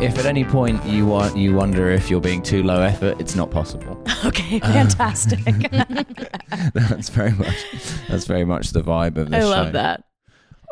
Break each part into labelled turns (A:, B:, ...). A: If at any point you want you wonder if you're being too low effort, it's not possible.
B: Okay, fantastic.
A: that's very much that's very much the vibe of
B: I
A: this show.
B: love that.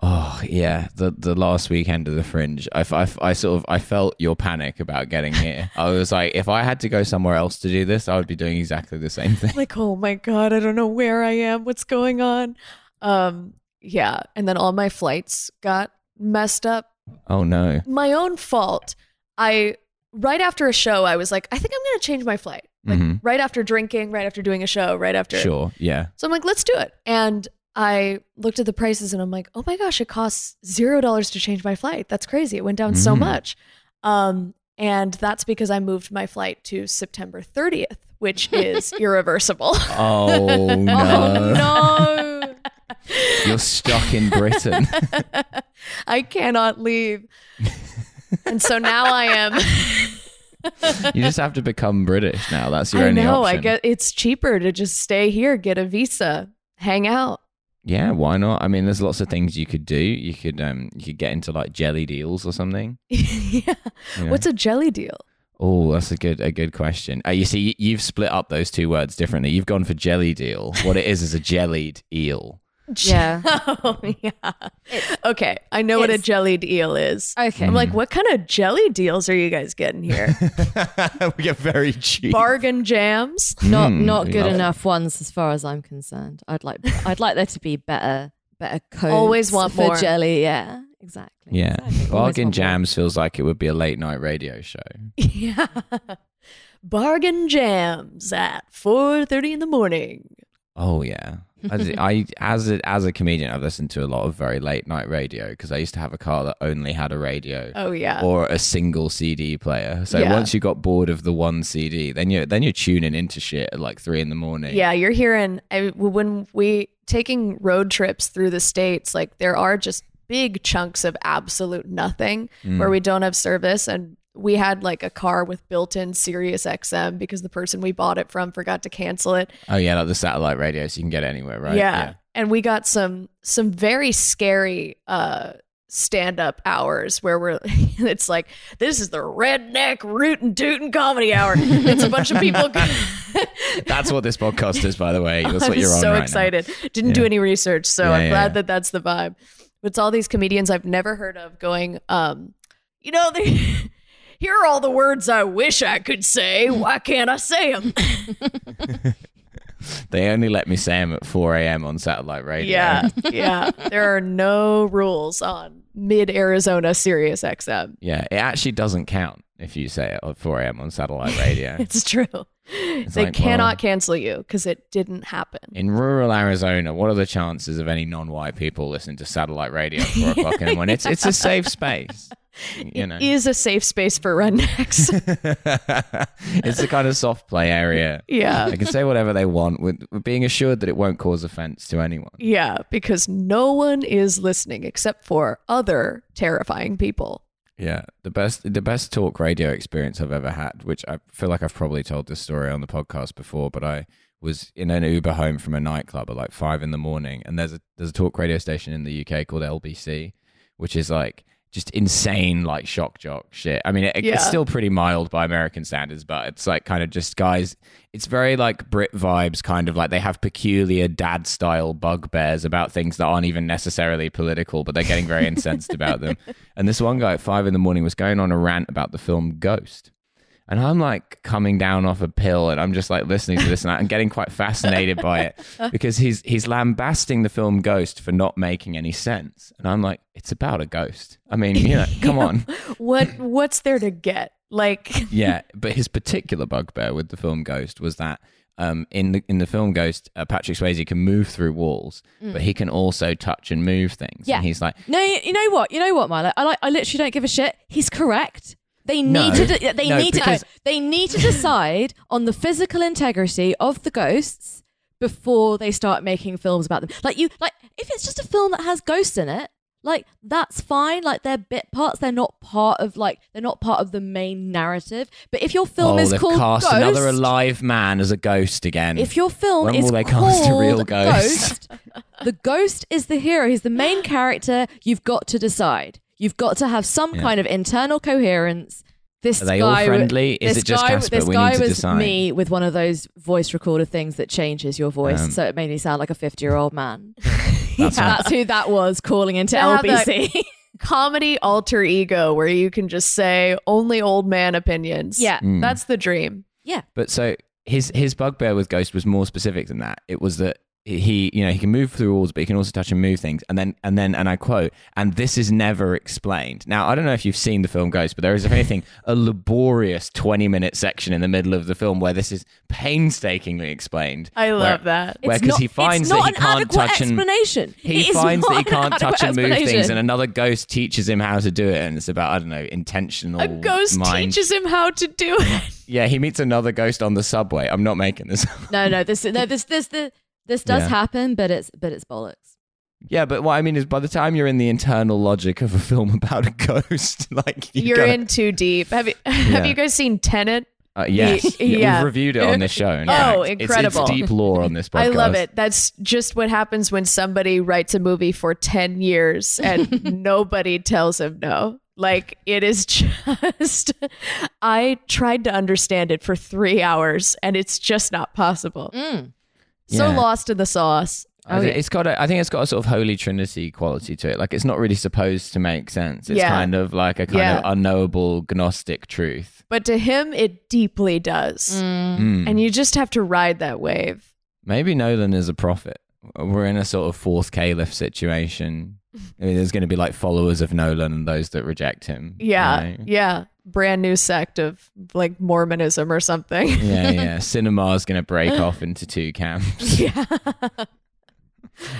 A: Oh yeah, the the last weekend of the Fringe, I, f- I f- I sort of I felt your panic about getting here. I was like, if I had to go somewhere else to do this, I would be doing exactly the same thing.
B: Like, oh my God, I don't know where I am. What's going on? Um, yeah. And then all my flights got messed up.
A: Oh no,
B: My own fault. I, right after a show, I was like, I think I'm going to change my flight. Like,
A: Mhm.
B: right after drinking, right after doing a show, right after.
A: sure, yeah,
B: So I'm like, let's do it. And I looked at the prices and I'm like, oh my gosh, it costs zero dollars to change my flight. That's crazy. It went down so
A: Mm.
B: much. Um, and that's because I moved my flight to September 30th, which is irreversible.
A: oh no,
B: no.
A: you're stuck in Britain.
B: I cannot leave. and so now I am.
A: you just have to become British now. That's your
B: I
A: only
B: know.
A: option.
B: I get it's cheaper to just stay here, get a visa, hang out.
A: Yeah, why not? I mean, there's lots of things you could do. You could um, you could get into like jelly deals or something. you
B: yeah.
A: know?
B: What's a jelly deal?
A: Oh, that's a good a good question. Uh, you see, y- you've split up those two words differently. You've gone for jelly deal. What it is is a jellied eel.
C: Yeah.
B: oh yeah.
C: It's-
B: okay, I know what a
C: it's-
B: jellied eel is.
C: Okay.
B: I'm like, what kind of jelly deals are you guys getting here?
A: we get very cheap.
B: Bargain jams?
C: not
A: Mm,
C: not
A: we
C: good
A: love it.
C: enough ones as far as I'm concerned. I'd like I'd like there to be better better codes.
B: Always want
C: for
B: more.
C: jelly. Yeah, exactly.
A: yeah,
C: exactly. Always
A: bargain
C: want more.
A: jams feels like it would be a late night radio show.
B: yeah. Bargain jams at 4:30 in the morning.
A: Oh yeah, I, did- I as a, as a comedian, I've listened to a lot of very late night radio because I used to have a car that only had a radio.
B: Oh yeah.
A: or a single CD player. So
B: Yeah.
A: once you got bored of the one CD, then you then you're tuning into shit at like three in the morning.
B: yeah, you're hearing I, when we taking road trips through the states, like there are just big chunks of absolute nothing
C: Mm.
B: where we don't have service and we had like a car with built-in Sirius XM because the person we bought it from forgot to cancel it.
A: Oh yeah, like the satellite radio, so you can get it anywhere, right?
B: Yeah. And we got some some very scary uh stand up hours where we're it's like this is the redneck rootin' tootin' comedy hour. it's a bunch of people
A: That's what this podcast is, by the way. That's
B: I'm
A: what you're on.
B: so
A: right now.
B: excited. Didn't do
A: Yeah.
B: any research, so
A: Yeah,
B: I'm
A: yeah,
B: glad
A: yeah.
B: that that's the vibe. But it's all these comedians I've never heard of going, um, you know, they, here are all the words I wish I could say. Why can't I say them?
A: They only let me say 'em at 4 a.m. on satellite radio.
B: yeah, yeah. There are no rules on mid Arizona Sirius XM.
A: Yeah. It actually doesn't count if you say it at 4 a.m. on satellite radio.
B: It's true. they
A: like,
B: cannot
A: well-
B: cancel you because it didn't happen.
A: In rural Arizona, what are the chances of any non-white people listening to satellite radio at four o'clock in the morning? It's it's a safe space, you know.
B: It is a safe space for rednecks.
A: it's the kind of soft play area.
B: yeah.
A: They can say whatever they want with, with being assured that it won't cause offense to anyone.
B: Yeah, because no one is listening except for other terrifying people.
A: Yeah. The best the best talk radio experience I've ever had, which I feel like I've probably told this story on the podcast before, but I was in an Uber home from a nightclub at like five in the morning and there's a there's a talk radio station in the UK called LBC, which is like just insane like shock jock shit. I mean it,
B: Yeah.
A: it's still pretty mild by American standards, but it's like kind of just guys it's very like Brit vibes kind of like they have peculiar dad style bugbears about things that aren't even necessarily political, but they're getting very incensed about them. And this one guy at five in the morning was going on a rant about the film Ghost. And I'm like coming down off a pill and I'm just like listening to this and I'm getting quite fascinated by it because he's he's lambasting the film Ghost for not making any sense. And I'm like, it's about a ghost. I mean, you know, come on.
B: What what's there to get? Like
A: Yeah, but his particular bugbear with the film Ghost was that um, in the in the film Ghost, uh, Patrick Swayze can move through walls, but he can also touch and move things.
C: Mm. Yeah.
A: and he's like,
C: No, you you know what? You know what, Milo? I like. I literally don't give a shit. He's correct. They need
A: No.
C: to. De- they
A: No,
C: need
A: because-
C: to. They need to decide on the physical integrity of the ghosts before they start making films about them. Like you, like if it's just a film that has ghosts in it, like that's fine. Like they're bit parts. They're not part of like they're not part of the main narrative. But if your film
A: "Oh,
C: is
A: they've
C: called
A: cast
C: Ghost,
A: another alive man as a ghost again."
C: if your film
A: Mm. When
C: is
A: will they
C: called
A: cast a real ghost?
C: ghost, the ghost is the hero. He's the main character. You've got to decide. You've got to have some kind of internal coherence this
A: Are they all
C: guy,
A: friendly? Is
C: this
A: it just
C: guy,
A: Casper?
C: This
A: We
C: guy
A: need to
C: was
A: decide.
C: me with one of those voice recorder things that changes your voice,
A: Um,
C: so it made me sound like a fifty-year-old man.
A: That's
B: Yeah.
C: That's who that was calling into
B: Yeah, that-
C: LBC.
B: comedy alter ego where you can just say only old man opinions.
C: yeah,
A: Mm.
B: That's the dream.
A: But so his his bugbear with Ghost was more specific than that. It was that he you know he can move through walls, but he can also touch and move things. And then and then and I quote, and this is never explained. Now I don't know if you've seen the film Ghost, but there is if anything a laborious twenty minute section in the middle of the film where this is painstakingly explained.
B: I love
A: Where-
B: that.
A: Where
C: It's
A: 'cause
C: not-
A: he finds
C: it's
A: that
C: not
A: he
C: an
A: can't
C: adequate
A: touch and-
C: explanation. It
A: He
C: is
A: finds that
C: not
A: he
C: an
A: can't touch
C: adequate
A: and move things,
C: explanation.
A: and another ghost teaches him how to do it, and it's about I don't know intentional.
B: A ghost
A: mind.
B: teaches him how to do it.
A: Yeah, he meets another ghost on the subway. I'm not making this. up.
C: No, no, this, no, this, this, this, this does
A: Yeah.
C: happen, but it's, but it's bollocks.
A: Yeah, but what I mean is, by the time you're in the internal logic of a film about a ghost, like you
B: You're
A: gotta-
B: in too deep. Have you, have
A: Yeah.
B: you guys seen Tenet?
A: Uh, yes,
B: Y-
A: yeah,
B: yeah.
A: we've reviewed it on this show. in
B: Oh,
A: fact. It's-
B: incredible.
A: It's, deep lore on this podcast.
B: I love it. That's just what happens when somebody writes a movie for 10 years and nobody tells him no. Like, it is just, I tried to understand it for three hours and it's just not possible.
C: Mm.
B: So
A: Yeah.
B: lost in the sauce.
A: I think It's got. A, I think it's got a sort of holy trinity quality to it. Like it's not really supposed to make sense. It's
B: Yeah.
A: kind of like a kind of
B: Yeah.
A: unknowable gnostic truth.
B: But to him, it deeply does.
A: Mm.
B: And you just have to ride that wave.
A: Maybe Nolan is a prophet. We're in a sort of fourth caliph situation. I mean, there's going to be like followers of Nolan and those that reject him. you
B: Yeah.
A: know?
B: Yeah. Brand new sect of like Mormonism or something.
A: yeah, yeah. Cinema's going to break off into two camps.
B: yeah.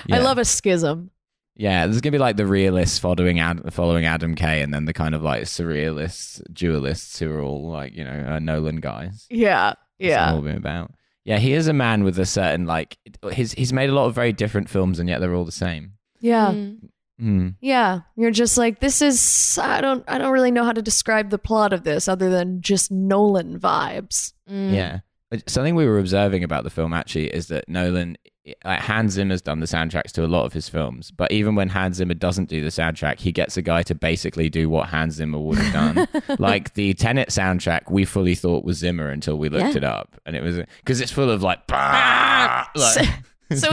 A: Yeah.
B: I love a schism.
A: Yeah, there's going to be like the realists following Ad- following Adam Kay, and then the kind of like surrealists, dualists who are all like you know uh, Nolan guys.
B: Yeah.
A: That's
B: Yeah.
A: all been about. Yeah, he is a man with a certain like. He's he's made a lot of very different films, and yet they're all the same.
B: Yeah.
C: Mm.
A: Mm.
B: Yeah, you're just like this is I don't I don't really know how to describe the plot of this other than just Nolan vibes.
C: Mm.
A: Yeah. But Something we were observing about the film actually is that Nolan, like Hans Zimmer's done the soundtracks to a lot of his films, but even when Hans Zimmer doesn't do the soundtrack, he gets a guy to basically do what Hans Zimmer would have done. like the Tenet soundtrack, we fully thought was Zimmer until we looked
C: Yeah.
A: it up, and it was because it's full of like, bah, like
B: So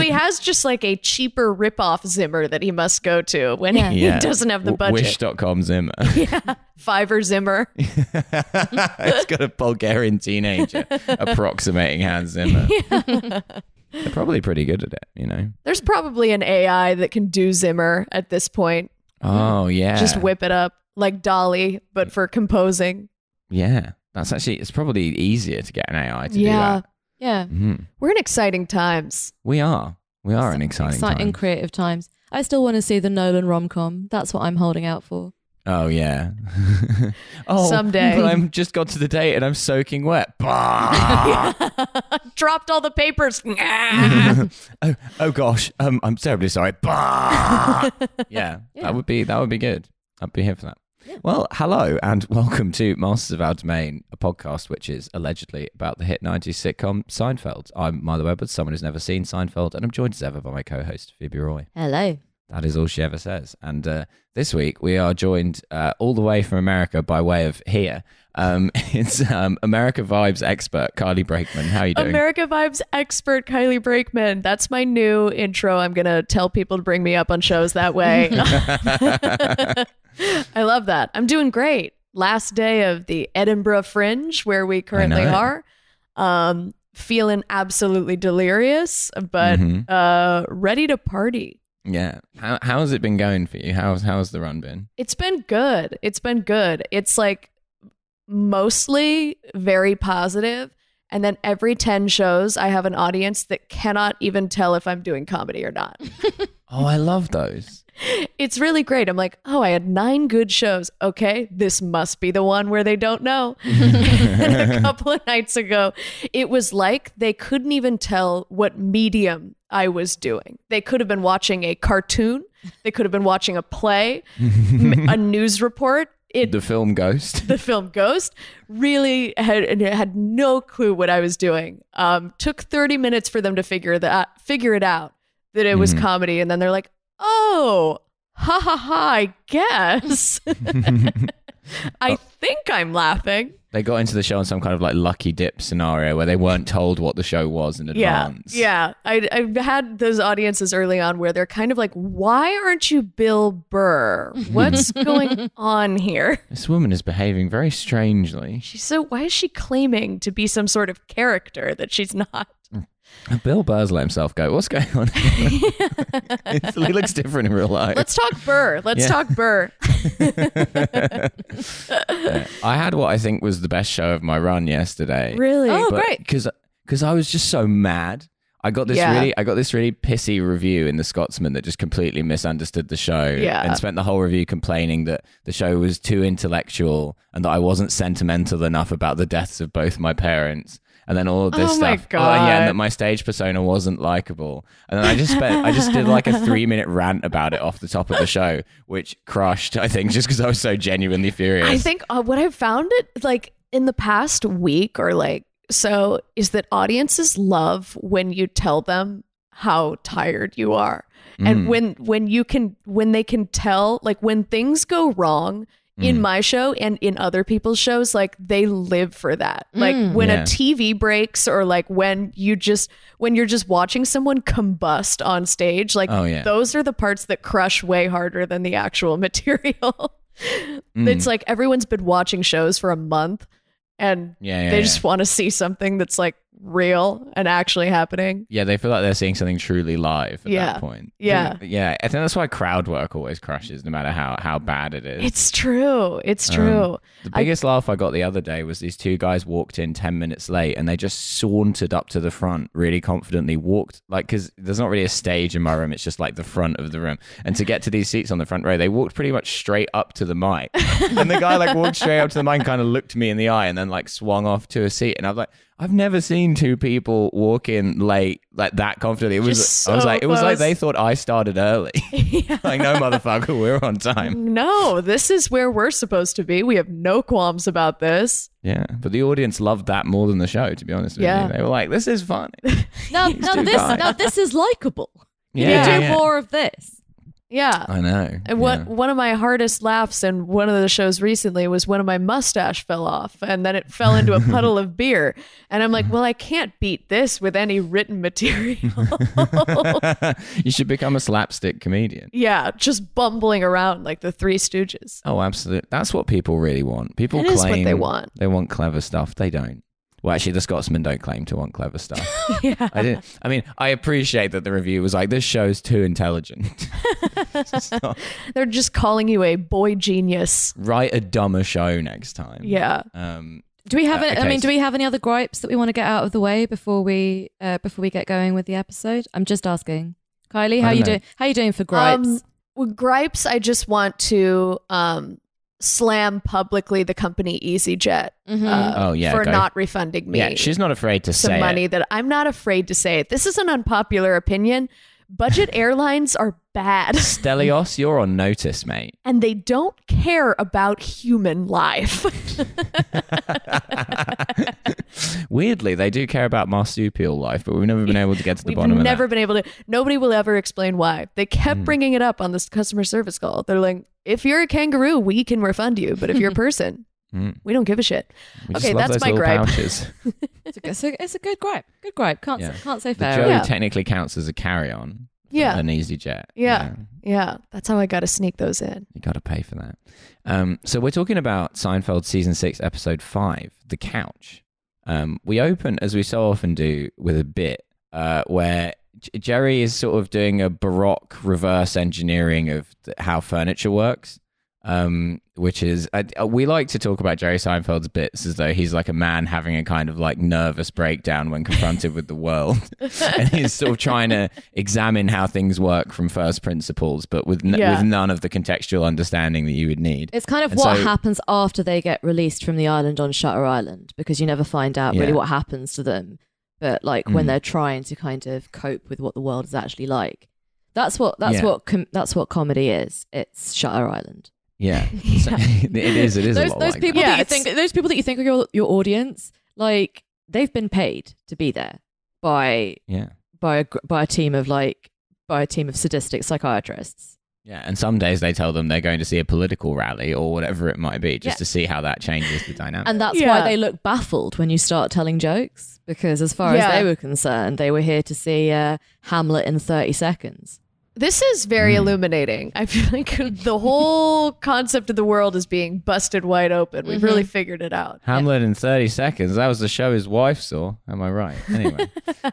B: he has just like a cheaper ripoff Zimmer that he must go to when
C: Yeah.
B: he
A: yeah,
B: doesn't have the
A: W-
B: budget.
A: Wish.com Zimmer.
B: Fiverr Zimmer.
A: it's got a Bulgarian teenager approximating Hans Zimmer. They're probably pretty good at it, you know.
B: There's probably an AI that can do Zimmer at this point.
A: Oh yeah,
B: Just whip it up like Dolly, but for composing.
A: Yeah, that's actually it's probably easier to get an AI to
B: Yeah.
A: do
C: yeah.
A: that. Mhm.
B: We're in exciting times.
A: We are, we are in exciting,
C: Exciting,
A: times.
C: creative times. I still want to see the Nolan rom com. That's what I'm holding out for.
A: oh yeah. oh,
B: Someday.
A: But I'm just got to the date and I'm soaking wet. Bah!
B: Dropped all the papers.
A: oh, oh gosh, um, I'm terribly sorry. Bah! yeah, that would be that would be good. I'd be here for that. Well, hello and welcome to Masters of Our Domain, a podcast which is allegedly about the hit 90s sitcom Seinfeld. I'm Milo Edwards, someone who's never seen Seinfeld, and I'm joined as ever by my co-host Phoebe Roy.
C: Hello.
A: That is all she ever says. And uh, this week we are joined uh, all the way from America by way of here. Um, it's um, America Vibes expert Carly Brakeman. How are you doing?
B: America Vibes expert Kylie Brakeman. That's my new intro. I'm going to tell people to bring me up on shows that way. I love that. I'm doing great. Last day of the Edinburgh Fringe, where we currently
A: know.
B: are. Um, feeling absolutely delirious, but
A: Mhm.
B: uh, ready to party.
A: yeah. How how's it been going for you? How's how's the run been?
B: It's been good. It's been good. It's like mostly very positive, And then every 10 shows, I have an audience that cannot even tell if I'm doing comedy or not.
A: Oh, I love those.
B: It's really great. I'm like, oh, I had nine good shows. Okay, this must be the one where they don't know. and a couple of nights ago, it was like they couldn't even tell what medium I was doing. They could have been watching a cartoon, they could have been watching a play, m- a news report. It,
A: The film Ghost.
B: the film Ghost really had and had no clue what I was doing. Um, took 30 minutes for them to figure that figure it out that it was comedy, and then they're like, "Oh, ha ha ha! I guess." I think I'm laughing.
A: They got into the show on some kind of like lucky dip scenario where they weren't told what the show was in advance.
B: Yeah, yeah. I, I've had those audiences early on where they're kind of like, "Why aren't you Bill Burr? What's going on here?"
A: This woman is behaving very strangely.
B: She's so. Why is she claiming to be some sort of character that she's not?
A: Bill Burr's let himself go. What's going on? he looks different in real life.
B: Let's talk Burr. Let's
A: Yeah.
B: talk Burr.
A: I had what I think was the best show of my run yesterday.
B: Really?
C: Oh, great.
A: because because I was just so mad. I got this
B: Yeah.
A: really I got this really pissy review in the Scotsman that just completely misunderstood the show
B: Yeah.
A: and spent the whole review complaining that the show was too intellectual and that I wasn't sentimental enough about the deaths of both my parents. And then all of this
B: Oh my
A: stuff. and yeah, and
B: God.
A: that my stage persona wasn't likable. And then I just spent I just did like a three minute rant about it off the top of the show, which crushed, I think, just because I was so genuinely furious.
B: I think uh, what I've found it like in the past week or like so is that audiences love when you tell them how tired you are.
A: Mm.
B: And when when you can when they can tell like when things go wrong
A: Mm.
B: in my show and in other people's shows like they live for that. Like when
A: Yeah.
B: a TV breaks or like when you just when you're just watching someone combust on stage like
A: Oh, yeah.
B: those are the parts that crush way harder than the actual material.
A: Mm.
B: It's like everyone's been watching shows for a month and
A: Yeah, yeah,
B: they
A: yeah.
B: just want to see something that's like real and actually happening.
A: Yeah, they feel like they're seeing something truly live at
B: Yeah.
A: that point.
B: Yeah.
A: Yeah. I think that's why crowd work always crushes, no matter how, how bad it is.
B: It's true. It's
A: Um,
B: true.
A: the biggest laugh I got the other day was these two guys walked in 10 minutes late and they just sauntered up to the front really confidently, walked like, because there's not really a stage in my room, it's just like the front of the room. And to get to these seats on the front row, they walked pretty much straight up to the mic. and the guy like walked straight up to the mic and kind of looked me in the eye and then like swung off to a seat. And I was like, I've never seen two people walk in late like that confidently. It was,
B: Just
A: I was
B: so
A: like, it was like
B: close.
A: they thought I started early. like, no, motherfucker, we're on time.
B: no, this is where we're supposed to be. We have no qualms about this.
A: Yeah, but the audience loved that more than the show. To be honest with
B: Yeah.
A: you, they were like, "This is fun."
C: Now, now
A: too
C: this,
A: kind.
C: now this is likable. Can
A: Yeah,
C: you do
A: yeah.
C: more of this?
B: Yeah.
A: I know.
B: And what
A: Yeah.
B: one of my hardest laughs in one of the shows recently was when my mustache fell off and then it fell into a puddle of beer. And I'm like,
A: Mm.
B: well, I can't beat this with any written material.
A: you should become a slapstick comedian.
B: yeah, just bumbling around like the Three Stooges.
A: Oh, absolutely. That's what people really want. People
B: It
A: claim
B: is what they want.
A: They want clever stuff. They don't. Well, actually, the Scotsmen don't claim to want clever stuff.
B: Yeah.
A: I didn't. I mean, I appreciate that the review was like, "This show's too intelligent. It's not-
B: They're just calling you a boy genius.
A: write a dumber show next time."
B: Yeah.
A: Um,
C: Do we have?
A: Uh,
C: any, I
A: okay,
C: mean,
A: so-
C: do we have any other gripes that we want to get out of the way before we uh, before we get going with the episode? I'm just asking, Kylie, how
A: don't
C: you
A: know.
C: doing? How you doing for gripes?
B: Um, with gripes, I just want to um, slam publicly the company EasyJet
C: Mhm.
B: uh,
A: Oh, yeah,
B: for
A: go.
B: not refunding me.
A: yeah, she's not afraid to
B: some
A: say
B: money
A: it.
B: that I'm not afraid to say. This is an unpopular opinion. Budget airlines are bad
A: Stelios, you're on notice, mate.
B: and they don't care about human life.
A: Weirdly, they do care about marsupial life, but we've never been able to get to the
B: We've
A: bottom
B: never
A: of Hmm.
B: been able to, nobody will ever explain why. They kept bringing it up on this customer service call. They're like, if you're a kangaroo, we can refund you. But if you're a person,
A: Mm.
B: we don't give a shit.
A: that. We
B: okay,
A: just love
B: that's
A: those
B: my
A: little
B: gripe.
A: pouches.
C: it's, a, it's, a, it's a good gripe. Good gripe. Can't
A: Yeah.
C: say, can't say
A: The
C: fair.
A: Joe
B: Yeah.
A: technically counts as a carry-on. for
B: Yeah.
A: an easy jet.
B: Yeah. Yeah. That's how I got to sneak those in.
A: you got to pay for that. Um, so we're talking about Seinfeld season six, episode five, the couch. Um, we open as we so often do with a bit uh, where J- Jerry is sort of doing a baroque reverse engineering of th- how furniture works. Um, which is I, uh, we like to talk about Jerry Seinfeld's bits as though he's like a man having a kind of like nervous breakdown when confronted with the world, and he's sort of trying to examine how things work from first principles, but with n-
B: Yeah.
A: with none of the contextual understanding that you would need.
C: It's kind of
A: And
C: what
A: so-
C: happens after they get released from the island on Shutter Island because you never find out
A: Yeah.
C: really what happens to them. But like when
A: Mm.
C: they're trying to kind of cope with what the world is actually like, that's what that's
A: Yeah.
C: what com- that's what comedy is. It's Shutter Island.
A: Yeah, So- it is. It is a
C: those
A: lot
C: those
A: like
C: people
A: that.
B: Yeah,
C: that you
B: it's-
C: think those people that you think are your your audience, like they've been paid to be there by
A: Yeah,
C: by a, gr- by a team of like by a team of sadistic psychiatrists.
A: Yeah, and some days they tell them they're going to see a political rally or whatever it might be, just
C: Yeah.
A: to see how that changes the dynamic.
C: And that's
B: Yeah.
C: why they look baffled when you start telling jokes, because as far as
B: Yeah.
C: they were concerned, they were here to see uh, Hamlet in 30 seconds.
B: This is very
A: Hmm.
B: illuminating. I feel like the whole concept of the world is being busted wide open. We've really
A: Mm-hmm.
B: figured it out.
A: Hamlet in 30 seconds. That was the show his wife saw. Am I right? Anyway,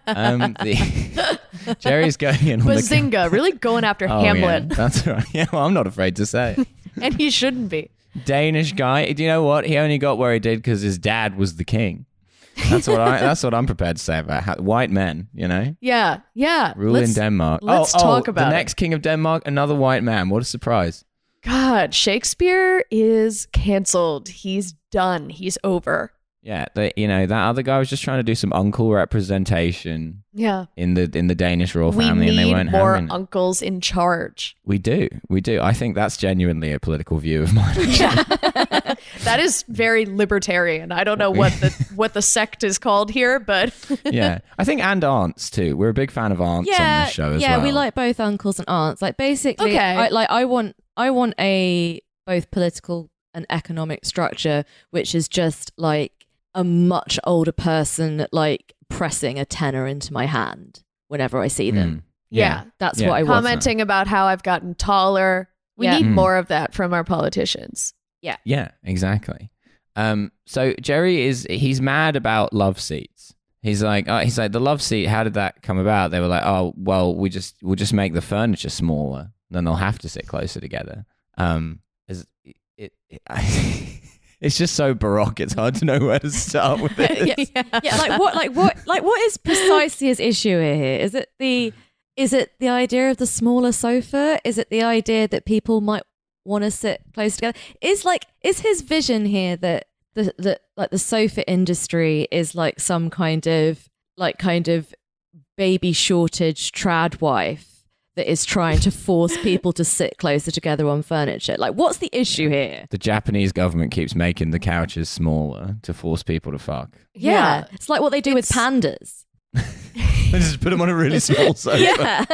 A: um, the, Jerry's going in on the.
B: Bazinga, really going after
A: Oh, yeah,
B: Hamlet,
A: that's right. Yeah, well, I'm not afraid to say it.
B: and he shouldn't be.
A: Danish guy. Do you know what? He only got where he did because his dad was the king. That's what I. that's what I'm prepared to say about how, white men. You know,
B: Yeah, yeah.
A: rule in
B: Let's-
A: Denmark.
B: let's
A: oh,
B: talk
A: oh,
B: about
A: the
B: it.
A: next king of Denmark. Another white man. What a surprise!
B: God, Shakespeare is canceled. He's done. He's over.
A: Yeah, they, you know that other guy was just trying to do some uncle representation
B: Yeah.
A: in the in the Danish royal
B: We
A: family, and they
B: need
A: weren't
B: more
A: having it.
B: uncles in charge.
A: We do, we do. I think that's genuinely a political view of mine.
B: That is very libertarian. I don't know what the what the sect is called here, but
A: yeah, I think and aunts too. We're a big fan of aunts on this show as
C: yeah,
A: well.
C: we like both uncles and aunts. Like basically,
B: Okay.
C: I, like I want, I want a both political and economic structure, which is just like a much older person, like pressing a tenner into my hand whenever I see them.
A: Mm.
B: yeah.
C: That's
A: Yeah.
C: what I want.
B: Commenting about how I've gotten taller. We
C: Yeah.
B: need
A: Mm.
B: more of that from our politicians.
A: Yeah, exactly. Um, so Jerry is he's mad about love seats. He's like, oh, he's like the love seat. How did that come about? They were like, oh, well, we just we'll just make the furniture smaller, then they'll have to sit closer together. Um, is- it, it, it's just so baroque. It's hard to know where to start with it.
C: yeah. yeah, like what, like what, like what is precisely his issue here? Is it the, is it the idea of the smaller sofa? Is it the idea that people might want to sit close together? Is like, is his vision here that the, the like the sofa industry is like some kind of like kind of baby shortage trad wife that is trying to force people to sit closer together on furniture? Like, what's the issue here?
A: The Japanese government keeps making the couches smaller to force people to fuck.
C: Yeah, it's like what they do with
B: It's-
C: pandas.
A: They just put them on a really small sofa.
C: Yeah,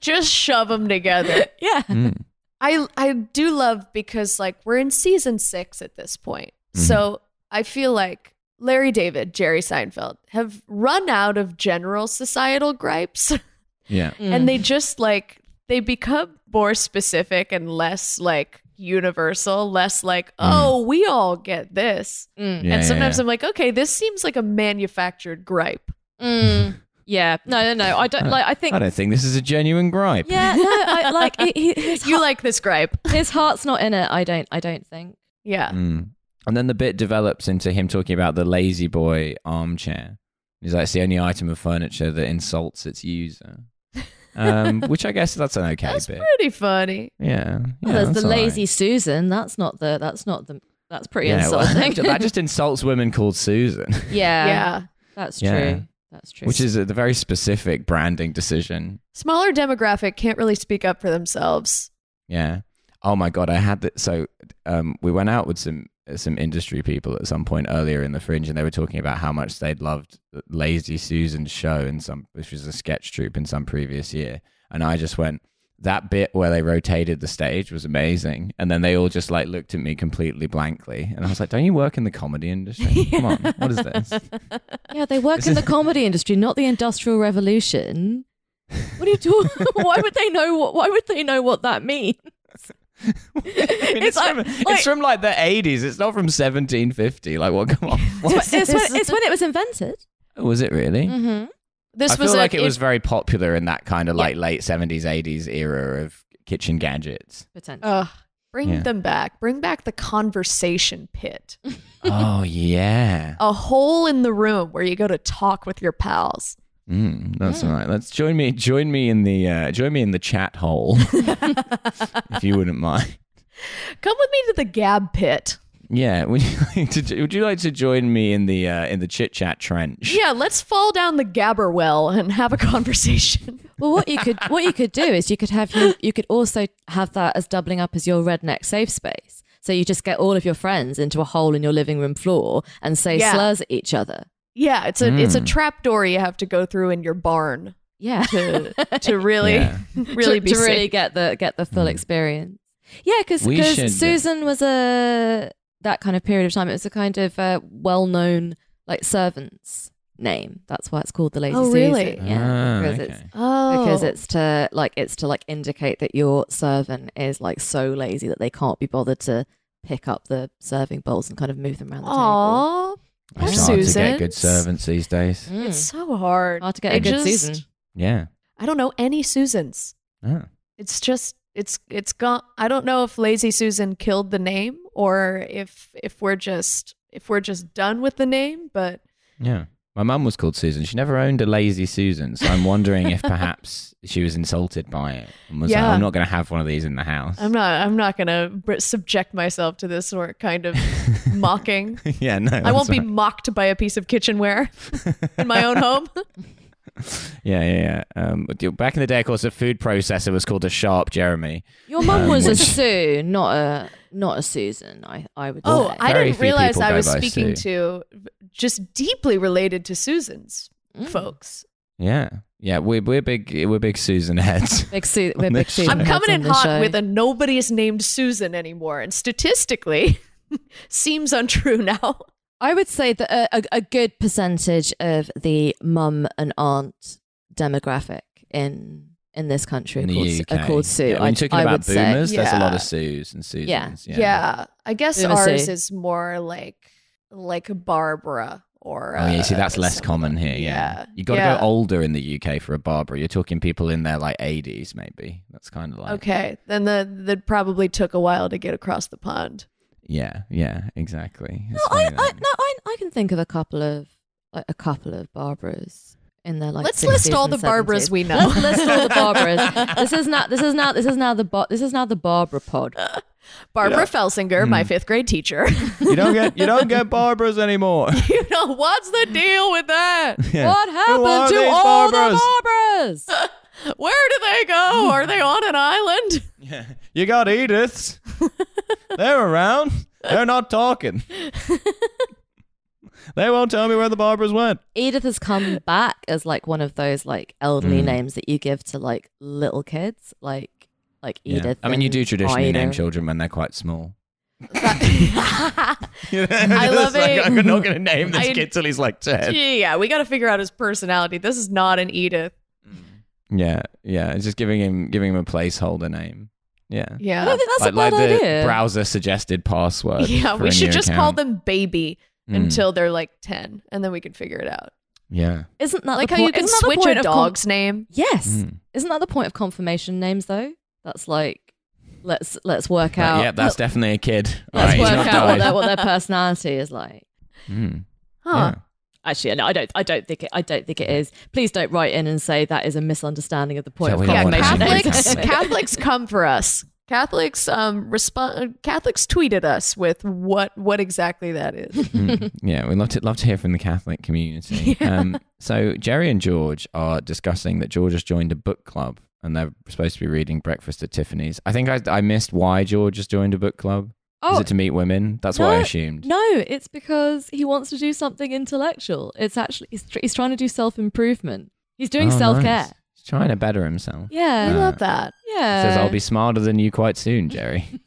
B: Just shove them together.
C: yeah.
A: Mm.
B: I I do love because like we're in season 6 at this point.
A: Mhm.
B: So, I feel like Larry David, Jerry Seinfeld have run out of general societal gripes.
A: yeah.
B: and they just like they become more specific and less like universal less like oh we all get this
C: Mm.
A: Mm-hmm. Yeah,
B: and
A: yeah,
B: sometimes
A: yeah.
B: i'm like okay this seems like a manufactured gripe
C: Mm. Yeah. No, no, no. I don't like. I think.
A: I don't think this is a genuine gripe.
C: yeah. No. I like. He, he- his,
B: you
C: heart-
B: like this gripe
C: his heart's not in it. I don't. I don't think.
B: yeah
A: Mm. And then the bit develops into him talking about the lazy boy armchair. He's like, it's the only item of furniture that insults its user. Um, which I guess that's an okay
B: that's
A: bit.
B: pretty funny
A: Yeah.
C: Well,
A: Yeah,
C: there's
A: that's
C: the
A: all right.
C: lazy Susan. That's not the. That's not the. That's pretty
A: Yeah, well,
C: insulting.
A: that just insults women called Susan,
C: yeah.
B: yeah
C: That's true.
A: Yeah.
C: That's true.
A: which is a the very specific branding decision.
B: smaller demographic can't really speak up for themselves
A: Yeah. Oh my god, I had that. So um, we went out with some some industry people at some point earlier in the fringe, and they were talking about how much they'd loved Lazy Susan's show in some, which was a sketch troupe in some previous year, and I just went. That bit where they rotated the stage was amazing, and then they all just like looked at me completely blankly, and I was like, "Don't you work in the comedy industry? Come on, what is this?"
C: yeah. They work
A: This
C: in
A: is-
C: the comedy industry, not the industrial revolution. What are you doing? why would they know what? Why would they know what that means?
A: I mean, it's,
C: It's like-
A: from,
C: like-
A: it's from like the eighties. It's not from seventeen fifty. Like, well, come on, what
C: It's, when, it's when it was invented.
A: was it really?
C: Mm-hmm.
B: this
A: I
B: was
A: feel
B: a-
A: like it, was very popular in that kind of like late seventies, eighties era of kitchen gadgets.
C: Potentially.
B: Ugh. bring
A: Yeah.
B: them back bring back the conversation pit
A: oh yeah,
B: a hole in the room where you go to talk with your pals
A: mm, that's all right. Let's join me. Join me in the uh, join me in the chat hole, if you wouldn't mind.
B: come with me to the gab pit
A: Yeah, would you like to? jo- Would you like to join me in the uh, in the chit chat trench?
B: Yeah, let's fall down the gabber well and have a conversation.
C: Well, what you could what you could do is you could have your, you could also have that as doubling up as your redneck safe space. So you just get all of your friends into a hole in your living room floor and say
B: Yeah.
C: slurs at each other.
B: yeah, it's a it's a trap door you have to go through in your barn.
C: yeah.
B: to to really
A: Yeah.
B: really
C: to,
B: be
C: to really
B: safe.
C: get the get the full
A: Mm.
C: experience. Yeah, because
A: We should-
C: Susan was a that kind of period of time. It was a kind of uh, well known like servant's name. That's why it's called the Lady
B: Oh,
C: Susan.
B: really?
A: Ah,
C: Yeah, because
A: okay.
C: it's
B: oh
C: because it's to like it's to like indicate that your servant is like so lazy that they can't be bothered to pick up the serving bowls and kind of move them around the table.
B: Aw,
A: It's
B: Poor
A: hard to
B: Susan.
A: get good servants these days.
C: Mm.
B: it's so hard.
C: hard to get a
B: I
C: good
B: just-
C: Susan.
A: Yeah.
B: I don't know any Susans.
A: Ah.
B: It's just it's it's gone. I don't know if Lazy Susan killed the name or if if we're just if we're just done with the name, but
A: Yeah. My mum was called Susan. She never owned a lazy Susan, so I'm wondering if perhaps she was insulted by it and was
B: Yeah.
A: like, "I'm not going to have one of these in the house."
B: I'm not I'm not gonna br- subject myself to this sort of kind of mocking.
A: yeah, no.
B: I
A: that's
B: won't be
A: right.
B: mocked by a piece of kitchenware in my own home.
A: Yeah, yeah, yeah. Um, but you- back in the day, of course, a food processor was called a sharp Jeremy.
C: Your mum
A: Um,
C: was a
A: which-
C: Sue, not a not a Susan. I I would.
B: Oh,
C: say.
B: I
A: very
B: didn't
A: few
B: realize
A: people
B: I
A: go
B: was
A: by
B: speaking to just deeply related to Susan's
C: Mm.
B: folks.
A: Yeah, yeah. We're we're big we're big Susan heads.
C: Big Sue, we're
A: on
C: big
A: this
C: Susan.
A: show.
B: I'm
C: heads
B: coming
C: on
B: in
C: this
B: hot
C: show.
B: with a nobody is named Susan anymore, and statistically, seems untrue now.
C: I would say that a, a, a good percentage of the mum and aunt demographic in in this country
A: in
C: are called,
A: the UK.
C: are called Sue.
A: Yeah, when
C: I,
A: you're talking
C: I
A: about
C: would say.
A: boomers, there's a lot
B: Yeah.
A: of Sues and Susans.
C: Yeah.
B: Yeah, I guess
C: Boomer
B: ours
C: Sue.
B: is more like like Barbara or.
A: Oh yeah, you see
B: uh,
A: that's less
B: some-
A: common here. Yeah,
B: Yeah.
A: you got to
B: Yeah.
A: go older in the UK for a Barbara. You're talking people in their like 80s, maybe. That's kind of like
B: Okay, then the that probably took a while to get across the pond.
A: Yeah, yeah, exactly.
C: No, I, I, no, I, I can think of a couple of like a couple of Barbaras in their like.
B: Let's list
C: 60s
B: all
C: and
B: the Barbaras
C: 70s.
B: we know.
C: Let's list all the Barbaras. this is not. This is not. This is now the. Bo- this is now the Barbara pod.
B: Barbara Felsinger,
A: Hmm.
B: my fifth grade teacher.
A: you don't get you don't get Barbaras anymore.
B: you know what's the deal with that?
C: What
A: Who are
C: happened to
A: these
C: all
A: Barbaras?
C: the Barbaras?
B: Where do they go? Are they on an island?
A: You got Ediths. They're around. They're not talking. they won't tell me where the Barbaras went.
C: Edith has come back as like one of those like elderly
A: Mm.
C: names that you give to like little kids, like like Edith.
A: I mean, you
C: and
A: do traditionally
C: Ida.
A: name children when they're quite small.
B: That-
A: I
B: love it.
A: I'm not going to name this
B: I-
A: kid till he's like ten.
B: yeah, we got to figure out his personality. This is not an Edith.
A: Yeah, yeah. It's just giving him giving him a placeholder name. Yeah.
C: I
B: Yeah.
C: don't think that's
A: like,
C: a bad
A: like the
C: idea.
A: browser suggested password.
B: Yeah,
A: for
B: we
A: a
B: should
A: new
B: just call
A: account.
B: them baby
A: Mm.
B: until they're like 10 and then we can figure it out.
A: yeah.
C: isn't that
B: Like
C: the
B: how you
C: point-
B: can
C: isn't that the
B: switch
C: point
B: a
C: of con-
B: dog's name.
C: yes,
A: Mm.
C: isn't that the point of confirmation names though? That's like let's let's work
A: Like,
C: out.
A: yeah, that's definitely a kid.
C: let's
A: Alright, he's
C: work
A: not
C: out what their,
A: died.
C: what their personality is like.
A: Mm.
C: Oh.
B: Huh.
C: Actually, no, I don't. I don't think it. I don't think it is. Please don't write in and say that is a misunderstanding of the point
A: So
C: of
A: we
B: Yeah,
A: don't
C: confirmation.
A: want
C: names.
A: to
B: Catholics
A: Catholic.
B: Catholics come for us. Catholics um respond Catholics tweeted us with what what exactly that is.
A: Mm. yeah, we love to love to hear from the Catholic community. Um, so Jerry and George are discussing that George has joined a book club and they're supposed to be reading Breakfast at Tiffany's. I think I, I missed why George has joined a book club.
C: Oh,
A: Is it to meet women? That's what I
C: No,
A: assumed.
C: No, it's because he wants to do something intellectual. It's actually he's, tr- he's trying to do self improvement. He's doing
A: Oh,
C: self care.
A: nice. He's trying to better himself.
B: I
C: Yeah,
A: Uh,
B: love that.
A: He
C: yeah.
A: says, I'll be smarter than you quite soon, Jerry.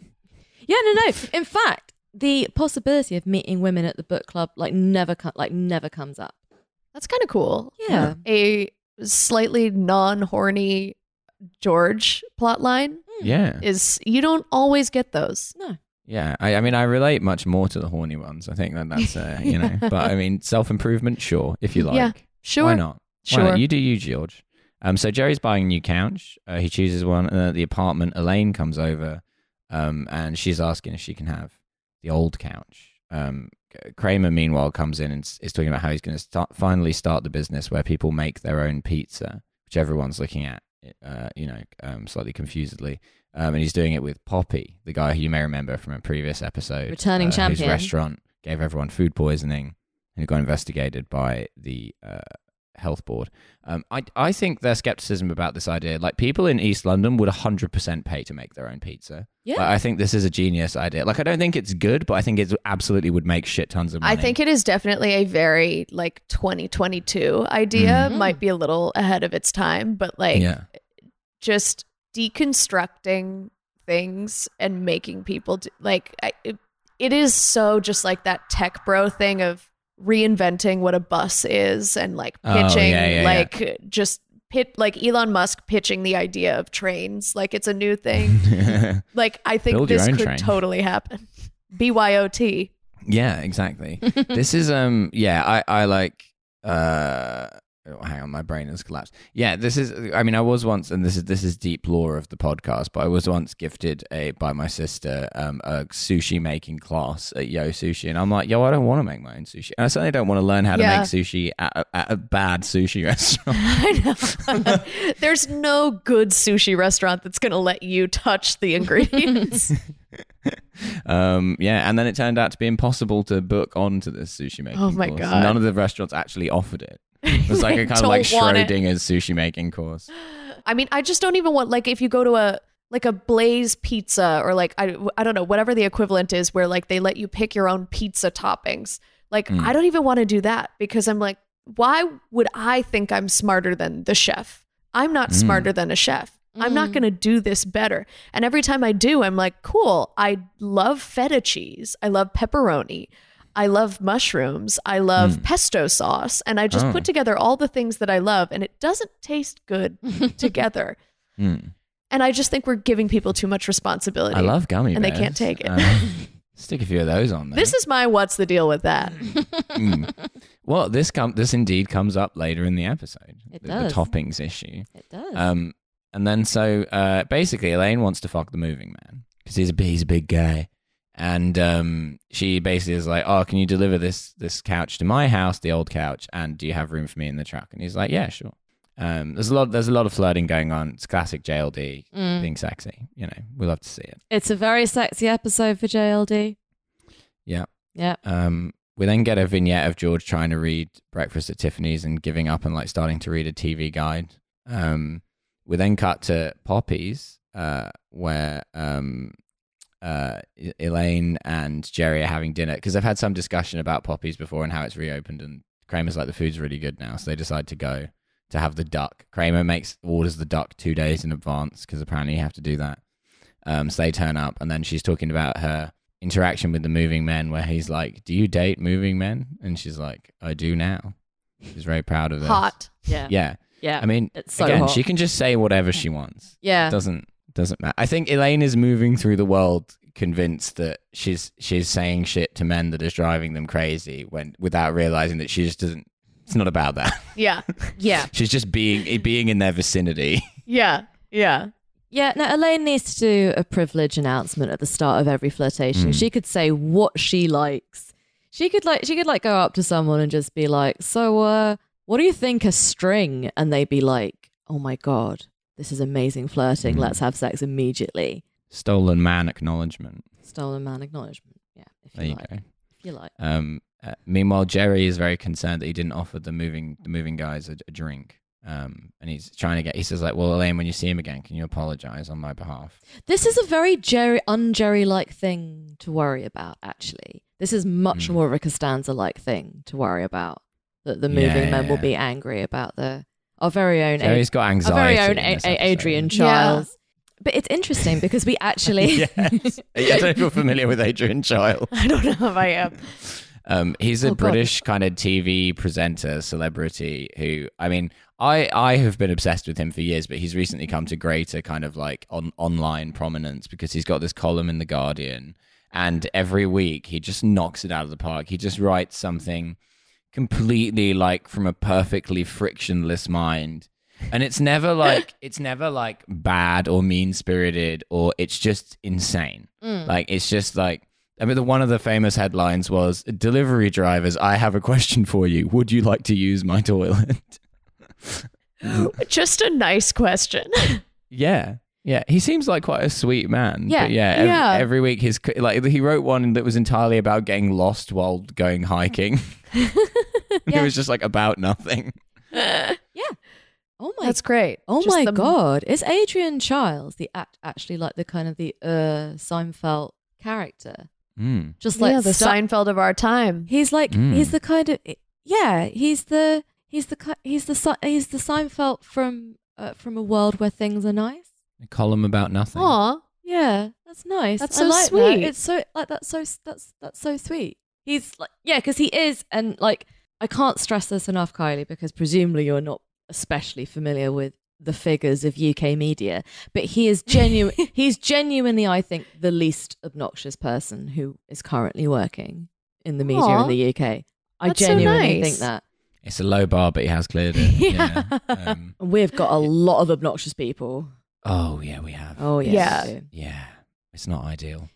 C: Yeah, no, no. In fact, the possibility of meeting women at the book club like never co- like never comes up.
B: That's kind of cool.
C: Yeah.
B: a slightly non-horny George plotline
C: Hmm.
A: yeah.
B: is you don't always get those.
A: Yeah, I, I mean, I relate much more to the horny ones. I think that that's, uh, you know, but I mean, self improvement, sure, if you like.
B: Yeah, Sure.
A: Why not? Why
B: Sure.
A: not? You do you, George. Um, so Jerry's buying a new couch. Uh, he chooses one, and at the apartment, Elaine comes over, um, and she's asking if she can have the old couch. Um, C- Kramer, meanwhile, comes in and s- is talking about how he's going to start, finally start the business where people make their own pizza, which everyone's looking at, uh, you know, um, slightly confusedly. Um, and he's doing it with Poppy, the guy who you may remember from a previous episode,
C: Returning
A: whose
C: champion.
A: restaurant gave everyone food poisoning and got investigated by the uh, health board. Um, I I think their skepticism about this idea, like people in East London, would hundred percent pay to make their own pizza.
C: Yeah.
A: Like, I think this is a genius idea. Like I don't think it's good, but I think it absolutely would make shit tons of money.
B: I think it is definitely a very like 2022 idea.
C: Mhm.
B: Might be a little ahead of its time, but like
A: Mm-hmm. yeah.
B: just deconstructing things and making people do, like I, it, it is so just like that tech bro thing of reinventing what a bus is and like
A: Oh,
B: pitching
A: yeah, yeah, yeah.
B: like just pit like Elon Musk pitching the idea of trains like it's a new thing. like I think
A: Build your
B: this
A: own
B: could
A: train.
B: totally happen. BYOT.
A: Yeah, exactly. this is um yeah, I I like uh oh, hang on, my brain has collapsed. Yeah, this is I mean I was once and this is this is deep lore of the podcast, but I was once gifted a by my sister um a sushi making class at Yo Sushi and I'm like, yo, I don't want to make my own sushi. And I certainly don't want to learn how
B: Yeah.
A: to make sushi at a, at a bad sushi restaurant.
B: I know. There's no good sushi restaurant that's going to let you touch the ingredients.
A: um yeah, and then it turned out to be impossible to book onto this sushi making
B: Oh my
A: course.
B: God.
A: None of the restaurants actually offered it. It was like a kind of
B: Don't
A: like
B: want it.
A: Schrodinger's sushi making course.
B: I mean, I just don't even want like if you go to a like a Blaze Pizza or like I I don't know whatever the equivalent is where like they let you pick your own pizza toppings. Like I don't even want to do that because I'm like, why would I think I'm smarter than the chef? I'm not smarter than a chef. I'm not going to do this better. And every time I do, I'm like, cool. I love feta cheese. I love pepperoni. I love mushrooms. I love pesto sauce. And I just
A: Hmm. Oh.
B: put together all the things that I love, and it doesn't taste good together.
A: Hmm.
B: And I just think we're giving people too much responsibility.
A: I love gummy
B: and they
A: bears.
B: can't take it.
A: Um, stick a few of those on there.
B: this is my what's the deal with that?
A: Mm. Well, this com- this indeed comes up later in the episode.
C: It
A: the,
C: does.
A: the toppings issue.
C: It does.
A: Um, and then so uh, basically, Elaine wants to fuck the moving man because he's a he's a big guy, and um, she basically is like, "Oh, can you deliver this this couch to my house, the old couch, and do you have room for me in the truck?" And he's like, "Yeah, sure." Um, there's a lot there's a lot of flirting going on. It's classic JLD
C: Mm.
A: being sexy. You know, we love to see it.
C: It's a very sexy episode for JLD.
A: Yeah.
C: Yeah.
A: Um, we then get a vignette of George trying to read Breakfast at Tiffany's and giving up and like starting to read a TV guide. Um, we then cut to Poppy's, uh, where um, uh, E- Elaine and Jerry are having dinner because they've had some discussion about Poppy's before and how it's reopened. And Kramer's like, the food's really good now, so they decide to go to have the duck. Kramer makes orders the duck two days in advance because apparently you have to do that. Um, so they turn up, and then she's talking about her interaction with the moving men, where he's like, "Do you date moving men?" And she's like, "I do now." She's very proud of this.
B: Hot.
C: Yeah.
A: Yeah.
C: Yeah.
A: I mean,
C: It's so
A: again,
C: hot.
A: she can just say whatever she wants.
C: yeah.
A: Doesn't doesn't matter. I think Elaine is moving through the world convinced that she's she's saying shit to men that is driving them crazy when without realizing that she just doesn't. It's not about that.
B: Yeah.
C: Yeah.
A: she's just being being in their vicinity.
B: Yeah. Yeah.
C: Yeah. No, Elaine needs to do a privilege announcement at the start of every flirtation.
A: Mm.
C: She could say what she likes. She could like she could like go up to someone and just be like, "So, uh, what do you think a string?" And they'd be like, "Oh my god, this is amazing
A: Mm.
C: flirting. Let's have sex immediately."
A: Stolen man acknowledgement.
C: Stolen man acknowledgement. Yeah. If you,
A: There you
C: like.
A: go.
C: If you like.
A: Um, uh, meanwhile, Jerry is very concerned that he didn't offer the moving the moving guys a, a drink. Um, and he's trying to get. He says like, "Well, Elaine, when you see him again, can you apologize on my behalf?"
C: This is a very Jerry un-Jerry like thing to worry about. Actually, this is much
A: Mm.
C: more of a Costanza like thing to worry about. That the
A: Yeah,
C: moving
A: yeah,
C: men will
A: yeah.
C: be angry about the our very own Ad-
A: Jerry's got
C: our
A: anxiety.
C: very own
A: in
C: a-
A: this
C: A-
A: episode.
C: Adrian
B: Yeah.
C: Charles. But it's interesting because we actually
A: yes, I don't know if you're familiar with Adrian Child.
B: I don't know if I am.
A: Um, he's a
C: Oh, God.
A: British kind of TV presenter celebrity who, I mean, I I have been obsessed with him for years, but he's recently come to greater kind of like on online prominence because he's got this column in the Guardian, and every week he just knocks it out of the park. He just writes something completely like from a perfectly frictionless mind. And it's never like it's never like bad or mean spirited or it's just insane.
B: Mm.
A: Like it's just like I mean the one of the famous headlines was delivery drivers, I have a question for you. Would you like to use my toilet?
B: Just a nice question.
A: Yeah. Yeah, he seems like quite a sweet man.
C: Yeah.
A: but yeah, ev-
B: Yeah.
A: Every week his c- like he wrote one that was entirely about getting lost while going hiking. It was just like about nothing.
C: Oh my
B: That's great.
C: Oh
B: Just
C: my
B: the-
C: god! Is Adrian Childs the act actually like the kind of the uh Seinfeld character?
A: Mm.
C: Just like
B: yeah, the
C: stu-
B: Seinfeld of our time.
C: He's like
A: Mm.
C: he's the kind of yeah he's the he's the ki- he's the Se- he's the Seinfeld from uh, from a world where things are nice.
A: A column about nothing.
B: Aw,
C: Yeah, that's nice.
B: That's
C: I
B: so
C: like that.
B: sweet.
C: It's so like that's so that's that's so sweet. He's like yeah, because he is, and like I can't stress this enough, Kylie, because presumably you're not especially familiar with the figures of UK media, but he is genuine. he's genuinely, I think, the least obnoxious person who is currently working in the media
B: Aw.
C: in the UK. I
B: That's so
C: genuinely
B: nice.
C: think that.
A: It's a low bar, but he has cleared it.
C: Yeah.
A: Um,
C: And we've got
B: Uh,
C: a lot of obnoxious people.
A: oh yeah, we have.
C: Oh yeah,
B: Yeah.
C: we do.
A: Yeah, it's not ideal.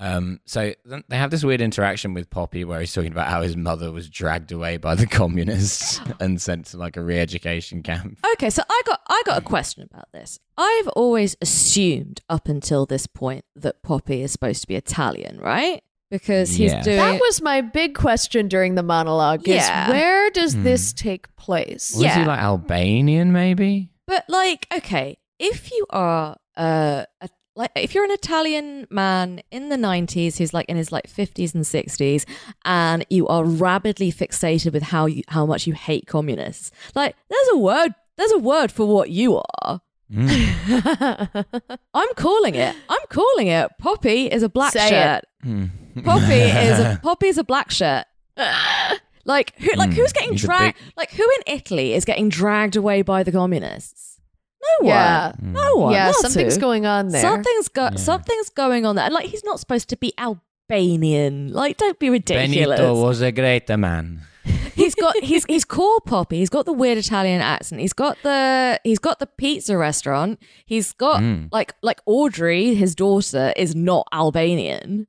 A: Um, so th- they have this weird interaction with Poppy where he's talking about how his mother was dragged away by the communists and sent to like a re education camp.
C: Okay, so I got I got a question about this. I've always assumed up until this point that Poppy is supposed to be Italian, right? Because he's
A: Yeah.
C: doing
B: that was my big question during the monologue. Is
C: Yeah.
B: where does
A: Hmm.
B: this take place?
A: Was he
C: Yeah.
A: like Albanian maybe?
C: But like, okay, if you are uh, a like if you're an Italian man in the 90s who's like in his like 50s and 60s and you are rabidly fixated with how you how much you hate communists. Like there's a word there's a word for what you are.
A: Mm.
C: I'm calling it. I'm calling it. Poppy is a black
B: Say it.
C: shirt.
A: Mm.
C: Poppy is a, Poppy is a black shirt. Like who? Like
A: Mm,
C: who's getting
A: he's a
C: dragged?
A: big-
C: Like who in Italy is getting dragged away by the communists? No one.
B: Yeah.
C: No one.
B: yeah,
C: Not
B: something's
C: who.
B: going on there.
C: Something's go-
A: Yeah.
C: Something's going on there. And, Like he's not supposed to be Albanian. Like don't be ridiculous.
A: Benito was a great man.
C: he's got he's he's called Poppy. He's got the weird Italian accent. He's got the he's got the pizza restaurant. He's got
A: Mm.
C: like like Audrey, his daughter, is not Albanian.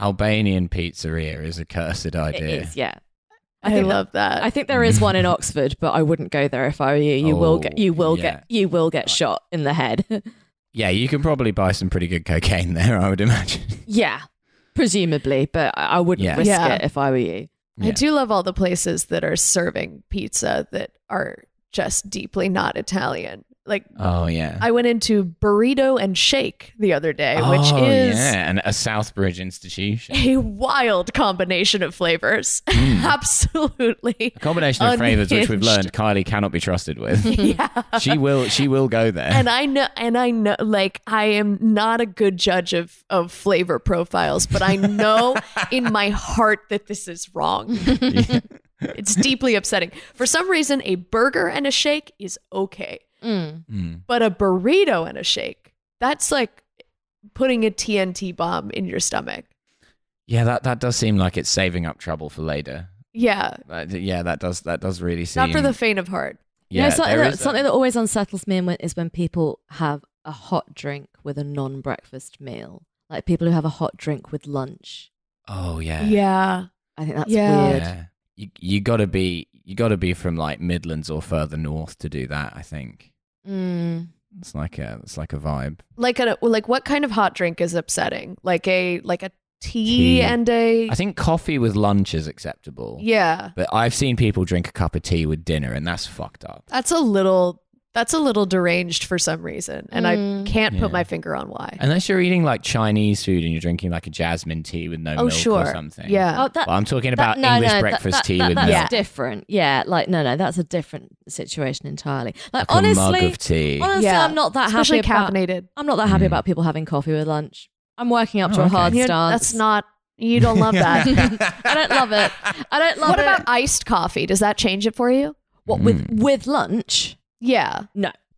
A: Albanian pizzeria is a cursed idea.
C: It is, yeah.
B: I,
C: think that-
B: love that.
C: I think there is one in Oxford, but I wouldn't go there if I were you. You will
A: Oh,
C: get you will
A: yeah.
C: get you will get shot in the head.
A: Yeah, you can probably buy some pretty good cocaine there, I would imagine.
C: yeah, presumably, but I, I wouldn't
A: Yeah.
C: risk
B: Yeah.
C: it if I were you.
B: I
A: Yeah.
B: do love all the places that are serving pizza that are just deeply not Italian. Like
A: Oh yeah.
B: I went into Burrito and Shake the other day, which
A: oh,
B: is
A: yeah, and a Southbridge institution. Mm.
B: a wild combination of flavors. Absolutely.
A: A combination of flavors which we've learned
B: Unhinged.
A: Kylie cannot be trusted with.
B: yeah.
A: she will she will go there.
B: And I know and I know like I am not a good judge of of flavor profiles, but I know in my heart that this is wrong. It's deeply upsetting. For some reason a burger and a shake is okay.
A: Mm.
B: but a burrito and a shake that's like putting a tnt bomb in your stomach
A: Yeah, that, that does seem like it's saving up trouble for later.
B: yeah
A: That- yeah, that does that does really seem
B: not for the faint of heart
A: yeah,
C: you know, something,
A: there
C: that,
A: is a-
C: something that always unsettles me when- is when people have a hot drink with a non-breakfast meal, like people who have a hot drink with lunch.
A: Oh yeah.
B: yeah
C: I think that's
B: Yeah.
C: weird.
A: Yeah. You you gotta be you gotta be from like Midlands or further north to do that, I think.
C: Mm.
A: It's like a it's like a vibe.
B: like a like what kind of hot drink is upsetting like a like a tea,
A: Tea.
B: and a
A: I think coffee with lunch is acceptable.
B: yeah
A: But I've seen people drink a cup of tea with dinner and that's fucked up.
B: that's a little that's a little deranged for some reason and
C: Mm.
B: i can't
A: Yeah.
B: put my finger on why
A: Unless you're eating like Chinese food and you're drinking like a jasmine tea with no
B: oh
A: milk
B: sure
A: or something.
B: yeah
C: Oh, that,
A: Well, I'm talking about
C: That- no,
A: English
C: no, that-
A: breakfast
C: that-
A: tea
C: that-
A: with
C: that's
A: milk.
B: milk.
C: different. Yeah, like no, no, that's a different situation entirely. Like,
A: Like a mug
C: honestly,
A: of tea.
C: honestly,
B: Yeah.
C: I'm not that
B: especially
C: happy. About,
B: caffeinated
C: I'm not that happy
A: Mm.
C: about people having coffee with lunch. I'm working up to
A: Oh,
C: a
A: okay.
C: hard
B: You're-
C: stance.
B: that's not you don't love that
C: I don't love it. I don't love
B: what
C: it.
B: about iced coffee does that change it for you
C: what with
A: Mm.
C: with lunch?
B: yeah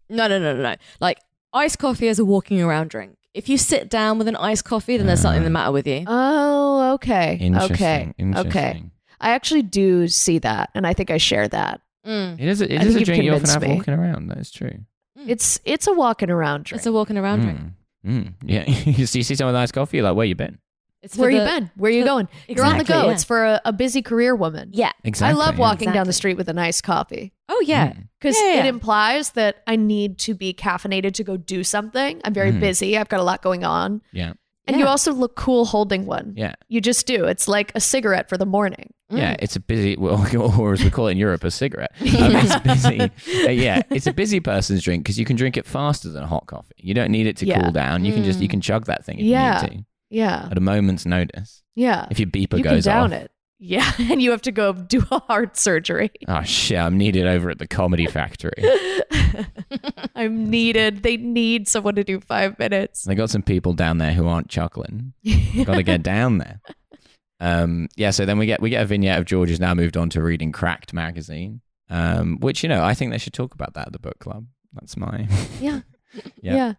C: No, no, no, no, no. Like iced coffee is a walking around drink. If you sit down with an iced coffee, then there's
A: Ah.
C: something the matter with you.
B: Oh, okay.
A: Interesting.
B: Okay. Okay.
A: Interesting.
B: I actually do see that and I think I share that.
C: Mm.
A: It is a, it is
B: I think
A: a
B: you've
A: drink you often
B: convinced
A: have
B: me.
A: walking around. That is true.
B: It's it's a walking around drink.
C: Hmm. It's a walking around drink.
A: Mm. Mm. Yeah. you see see someone with iced coffee, you're like, where you been?
C: It's for
B: Where you
C: the-
B: been? Where you
C: for-
B: going? You're on the
C: Exactly,
B: go.
C: yeah.
B: It's for a, a busy career woman.
C: Yeah.
A: Exactly.
B: I love
A: yeah.
B: walking down
C: Exactly.
B: the street with a nice coffee
C: Oh yeah.
A: Mm.
B: because
C: Yeah, yeah,
B: it
C: yeah.
B: implies that I need to be caffeinated to go do something. I'm very
A: Mm.
B: busy. I've got a lot going on.
A: Yeah.
B: And
C: Yeah.
B: you also look cool holding one.
A: Yeah.
B: You just do. It's like a cigarette for the morning.
A: Yeah, it's a busy, well, or as we call it in Europe, a cigarette. Um, it's busy. uh, yeah, it's a busy person's drink because you can drink it faster than hot coffee. You don't need it to
B: Yeah.
A: cool down. You can just you
C: Mm.
A: can chug that thing if
B: Yeah.
A: you need
B: Yeah.
A: to at a moment's notice.
B: Yeah.
A: If your beeper
B: you can
A: goes
B: down
A: off,
B: it. Yeah. And you have to go do a heart surgery.
A: oh shit, I'm needed over at the comedy factory.
B: I'm needed. They need someone to do five minutes.
A: They got some people down there who aren't chuckling. got to get down there. Um, yeah, so then we get we get a vignette of George has now moved on to reading Cracked magazine, um, which you know I think they should talk about that at the book club. That's my
B: Yeah.
A: Yeah.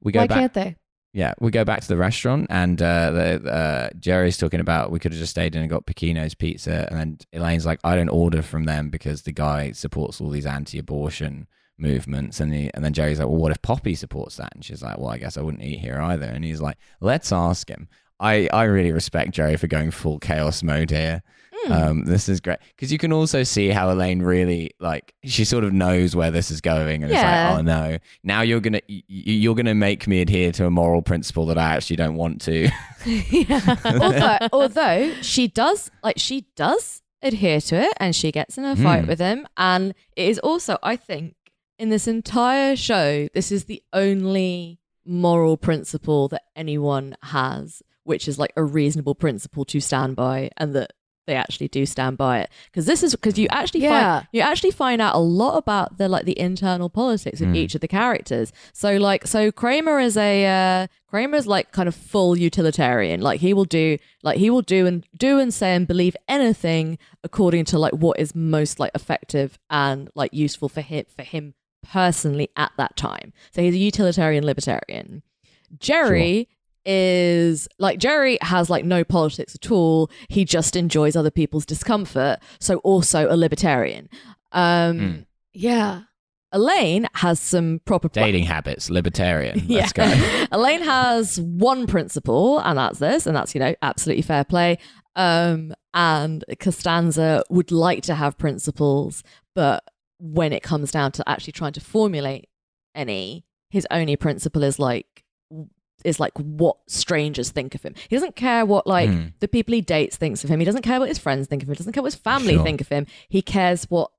A: we go
B: Why
A: back.
B: can't they?
A: Yeah, we go back to the restaurant, and uh, the, uh, Jerry's talking about we could have just stayed in and got Pechino's pizza, and then Elaine's like, I don't order from them because the guy supports all these anti-abortion movements, and he, and then Jerry's like, well, what if Poppy supports that? And she's like, well, I guess I wouldn't eat here either, and he's like, let's ask him. I, I really respect Jerry for going full chaos mode here. Um, this is great because you can also see how Elaine really like she sort of knows where this is going, and
C: Yeah.
A: it's like, oh no, now you're gonna y- y- you're gonna make me adhere to a moral principle that I actually don't want to.
B: yeah.
C: although, although she does, like she does adhere to it, and she gets in a fight
A: Mm.
C: with him, and it is also, I think, in this entire show, this is the only moral principle that anyone has, which is like a reasonable principle to stand by, and that they actually do stand by it. Because this is because you actually
B: Yeah.
C: find you actually find out a lot about the like the internal politics of
A: Mm.
C: each of the characters. So like so Kramer is a uh, Kramer is like kind of full utilitarian. Like he will do like he will do and do and say and believe anything according to like what is most like effective and like useful for him for him personally at that time. So he's a utilitarian libertarian. Jerry is like Jerry has like no politics at all. He just enjoys other people's discomfort, so also a libertarian. Um
A: Mm.
B: Yeah.
C: Elaine has some proper
A: Dating habits, libertarian.
C: Yeah.
A: Let's go.
C: Elaine has one principle, and that's this, and that's you know absolutely fair play. Um, and Costanza would like to have principles, but when it comes down to actually trying to formulate any, his only principle is like is like what strangers think of him. He doesn't care what like
A: Mm.
C: the people he dates thinks of him. He doesn't care what his friends think of him. He doesn't care what his family
A: Sure.
C: think of him. He cares what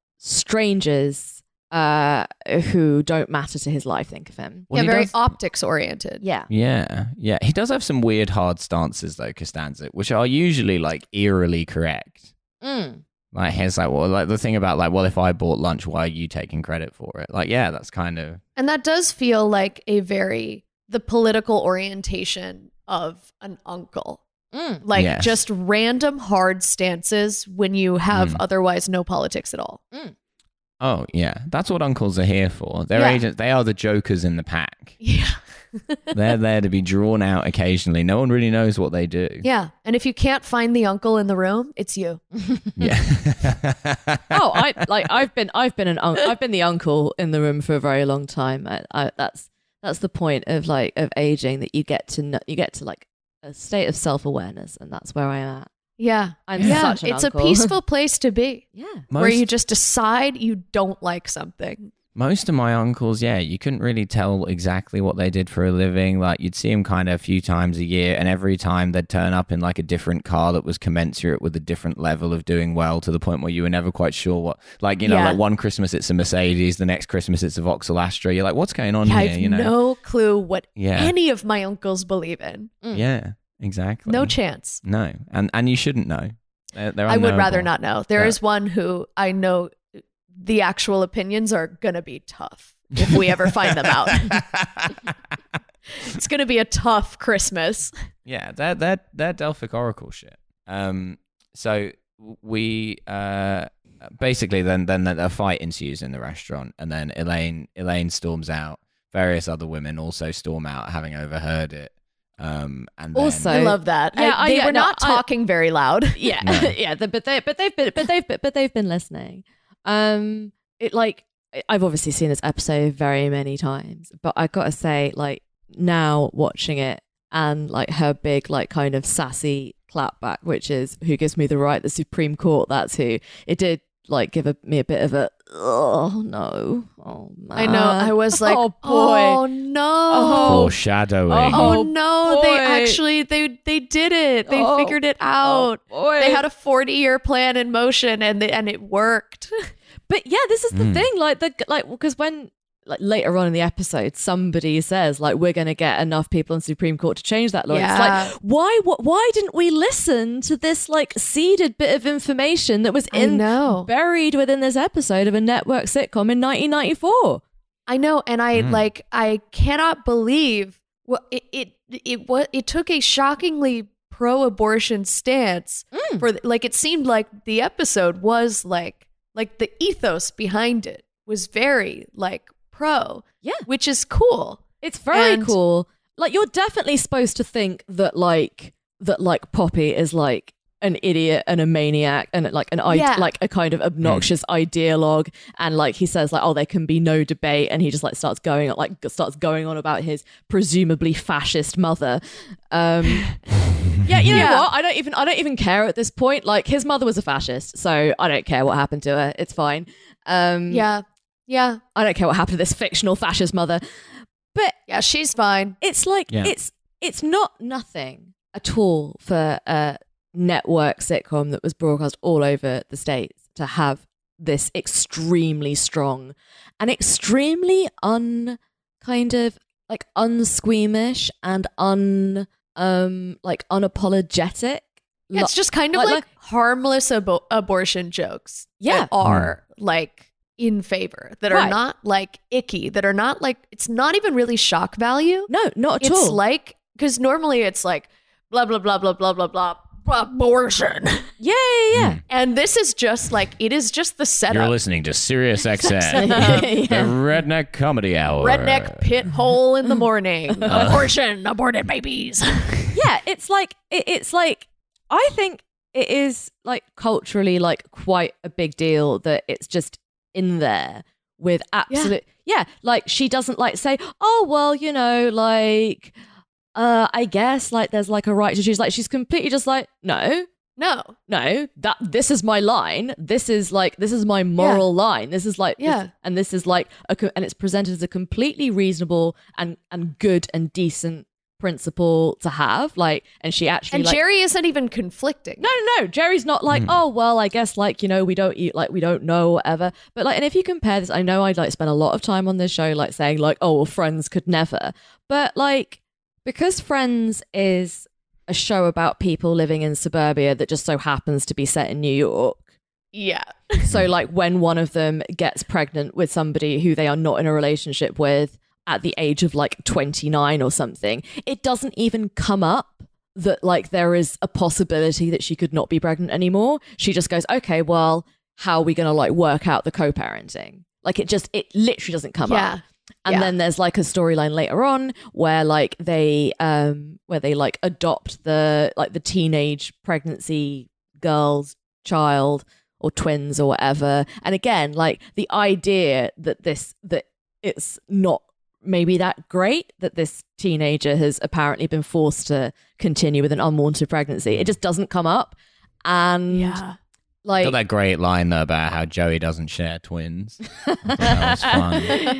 C: strangers uh who don't matter to his life think of him.
A: Well,
B: yeah.
A: he
B: Very
A: does-
B: optics oriented.
C: Yeah.
A: Yeah, yeah. He does have some weird hard stances though, Costanza, which are usually like eerily correct.
C: Mm.
A: Like he's like, well, like the thing about like, well, if I bought lunch, why are you taking credit for it? Like, yeah, that's kind of
B: And that does feel like a very the political orientation of an uncle.
C: Mm.
B: Like
A: Yes.
B: just random hard stances when you have
A: Mm.
B: otherwise no politics at all.
A: Oh yeah, that's what uncles are here for. They're
B: Yeah.
A: agents. They are the jokers in the pack.
B: Yeah.
A: They're there to be drawn out occasionally. No one really knows what they do.
B: Yeah. And if you can't find the uncle in the room, it's you.
A: Yeah.
C: Oh, I like I've been I've been an un- I've been the uncle in the room for a very long time. I, I, that's that's the point of like of aging that you get to know, you get to like a state of self awareness, and that's where I'm at.
B: Yeah.
C: I'm
B: yeah.
C: such an
B: it's
C: uncle.
B: a peaceful place to be
C: yeah.
B: where
A: most,
B: you just decide you don't like something.
A: most of my uncles, yeah, you couldn't really tell exactly what they did for a living. Like you'd see them kind of a few times a year, and every time they'd turn up in like a different car that was commensurate with a different level of doing well, to the point where you were never quite sure what. Like you know,
B: Yeah.
A: like one Christmas it's a Mercedes, the next Christmas it's a Vauxhall Astra. You're like, what's going on
B: Yeah, I
A: here?
B: have
A: You know,
B: no clue what
A: yeah,
B: any of my uncles believe in.
C: Mm.
A: yeah, exactly.
B: No chance.
A: No, and and you shouldn't know. They're, they're
B: I would
A: unknowable.
B: rather not know. There
A: Yeah.
B: is one who I know the actual opinions are going to be tough if we ever find them out. It's going to be a tough Christmas.
A: yeah, they're they're they're Delphic Oracle shit. Um, so we uh basically then then a fight ensues in the restaurant, and then Elaine Elaine storms out. Various other women also storm out, having overheard it. Um, and then,
C: Also-
B: I
C: So-
B: love that. I-
C: Yeah, I-
B: they
C: yeah,
B: were
C: no,
B: not
C: I-
B: talking very loud.
C: yeah,
A: No.
C: yeah. th- But they, but they've been, but they've, but they've been listening. Um, it like I- I've obviously seen this episode very many times, but I gotta say, like now watching it and like her big, like kind of sassy clapback, which is "Who gives me the right? The Supreme Court. That's who." It did like give a, me a bit of a oh no, oh man.
B: I know. I was like,
C: oh boy.
B: oh no.
C: Oh.
A: Foreshadowing.
B: Oh,
C: Oh,
B: no, they
C: boy.
B: actually they they did it. They
C: Oh.
B: figured it out.
C: Oh, boy.
B: They had a 40-year plan in motion and they, and it worked.
C: But yeah, this is the
A: Mm.
C: thing. Like the like because when like later on in the episode, somebody says like we're going to get enough people in Supreme Court to change that law.
B: Yeah.
C: It's like why wh- why didn't we listen to this like seeded bit of information that was in
B: know.
C: buried within this episode of a network sitcom in 1994?
B: I know, and I
C: Hmm.
A: Mm.
B: like I cannot believe what it it it what it took a shockingly pro-abortion stance
C: Hmm.
B: for th- like it seemed like the episode was like like the ethos behind it was very like pro,
C: Yeah.
B: which is cool.
C: It's very
B: And-
C: cool. Like you're definitely supposed to think that like that like Poppy is like an idiot and a maniac and like an ide-
B: Yeah.
C: like a kind of obnoxious ideologue and like he says like oh there can be no debate and he just like starts going like starts going on about his presumably fascist mother um yeah you know
B: Yeah.
C: what i don't even i don't even care at this point like his mother was a fascist so i don't care what happened to her it's fine um
B: Yeah. Yeah.
C: i don't care what happened to this fictional fascist mother but
B: Yeah, she's fine.
C: it's like
A: Yeah.
C: it's it's not nothing at all for a network sitcom that was broadcast all over the states to have this extremely strong and extremely un kind of like unsqueamish and un um like unapologetic
B: Yeah, it's
C: lo-
B: just kind of
C: like-
B: like, harmless abo- abortion jokes
C: Yeah.
B: that are
A: Mm-hmm.
B: like in favor, that are
C: Right.
B: not like icky, that are not like it's not even really shock value.
C: no not
B: it's
C: at all
B: like because normally it's like blah blah blah blah blah blah blah abortion,
C: yeah yeah yeah
B: and this is just like it is just the
A: You're
B: setup.
A: listening to Sirius XM, the
C: Yeah.
A: Redneck Comedy Hour.
B: Redneck pit hole in the morning.
C: Uh-huh.
B: abortion, aborted babies.
C: yeah it's like it, it's like i think it is like culturally like quite a big deal that it's just in there with absolute yeah, like she doesn't like say oh well you know like uh i guess like there's like a right to choose like she's completely just like no
B: No,
C: no that this is my line this is like this is my moral line this is like this-
B: Yeah.
C: and this is like a co- and it's presented as a completely reasonable and and good and decent principle to have like and she actually
B: and
C: like
B: Jerry isn't even conflicting.
C: no no no jerry's not like oh well i guess like you know we don't eat like we don't know whatever but like and if you compare this i know i'd like spend a lot of time on this show like saying like oh well friends could never but like because friends is a show about people living in suburbia that just so happens to be set in new york
B: Yeah,
C: so, like, when one of them gets pregnant with somebody who they are not in a relationship with at the age of like 29 or something, it doesn't even come up that, like, there is a possibility that she could not be pregnant anymore. She just goes, okay, well, how are we going to like work out the co parenting? Like, it just, it literally doesn't come
B: yeah.
C: up. And
B: Yeah.
C: then there's like a storyline later on where like they um where they like adopt the like the teenage pregnancy girl's child or twins or whatever. And again, like the idea that this that it's not maybe that great that this teenager has apparently been forced to continue with an unwanted pregnancy. It just doesn't come up. And
B: Yeah.
C: like
A: Got that great line though about how Joey doesn't share twins. I thought that was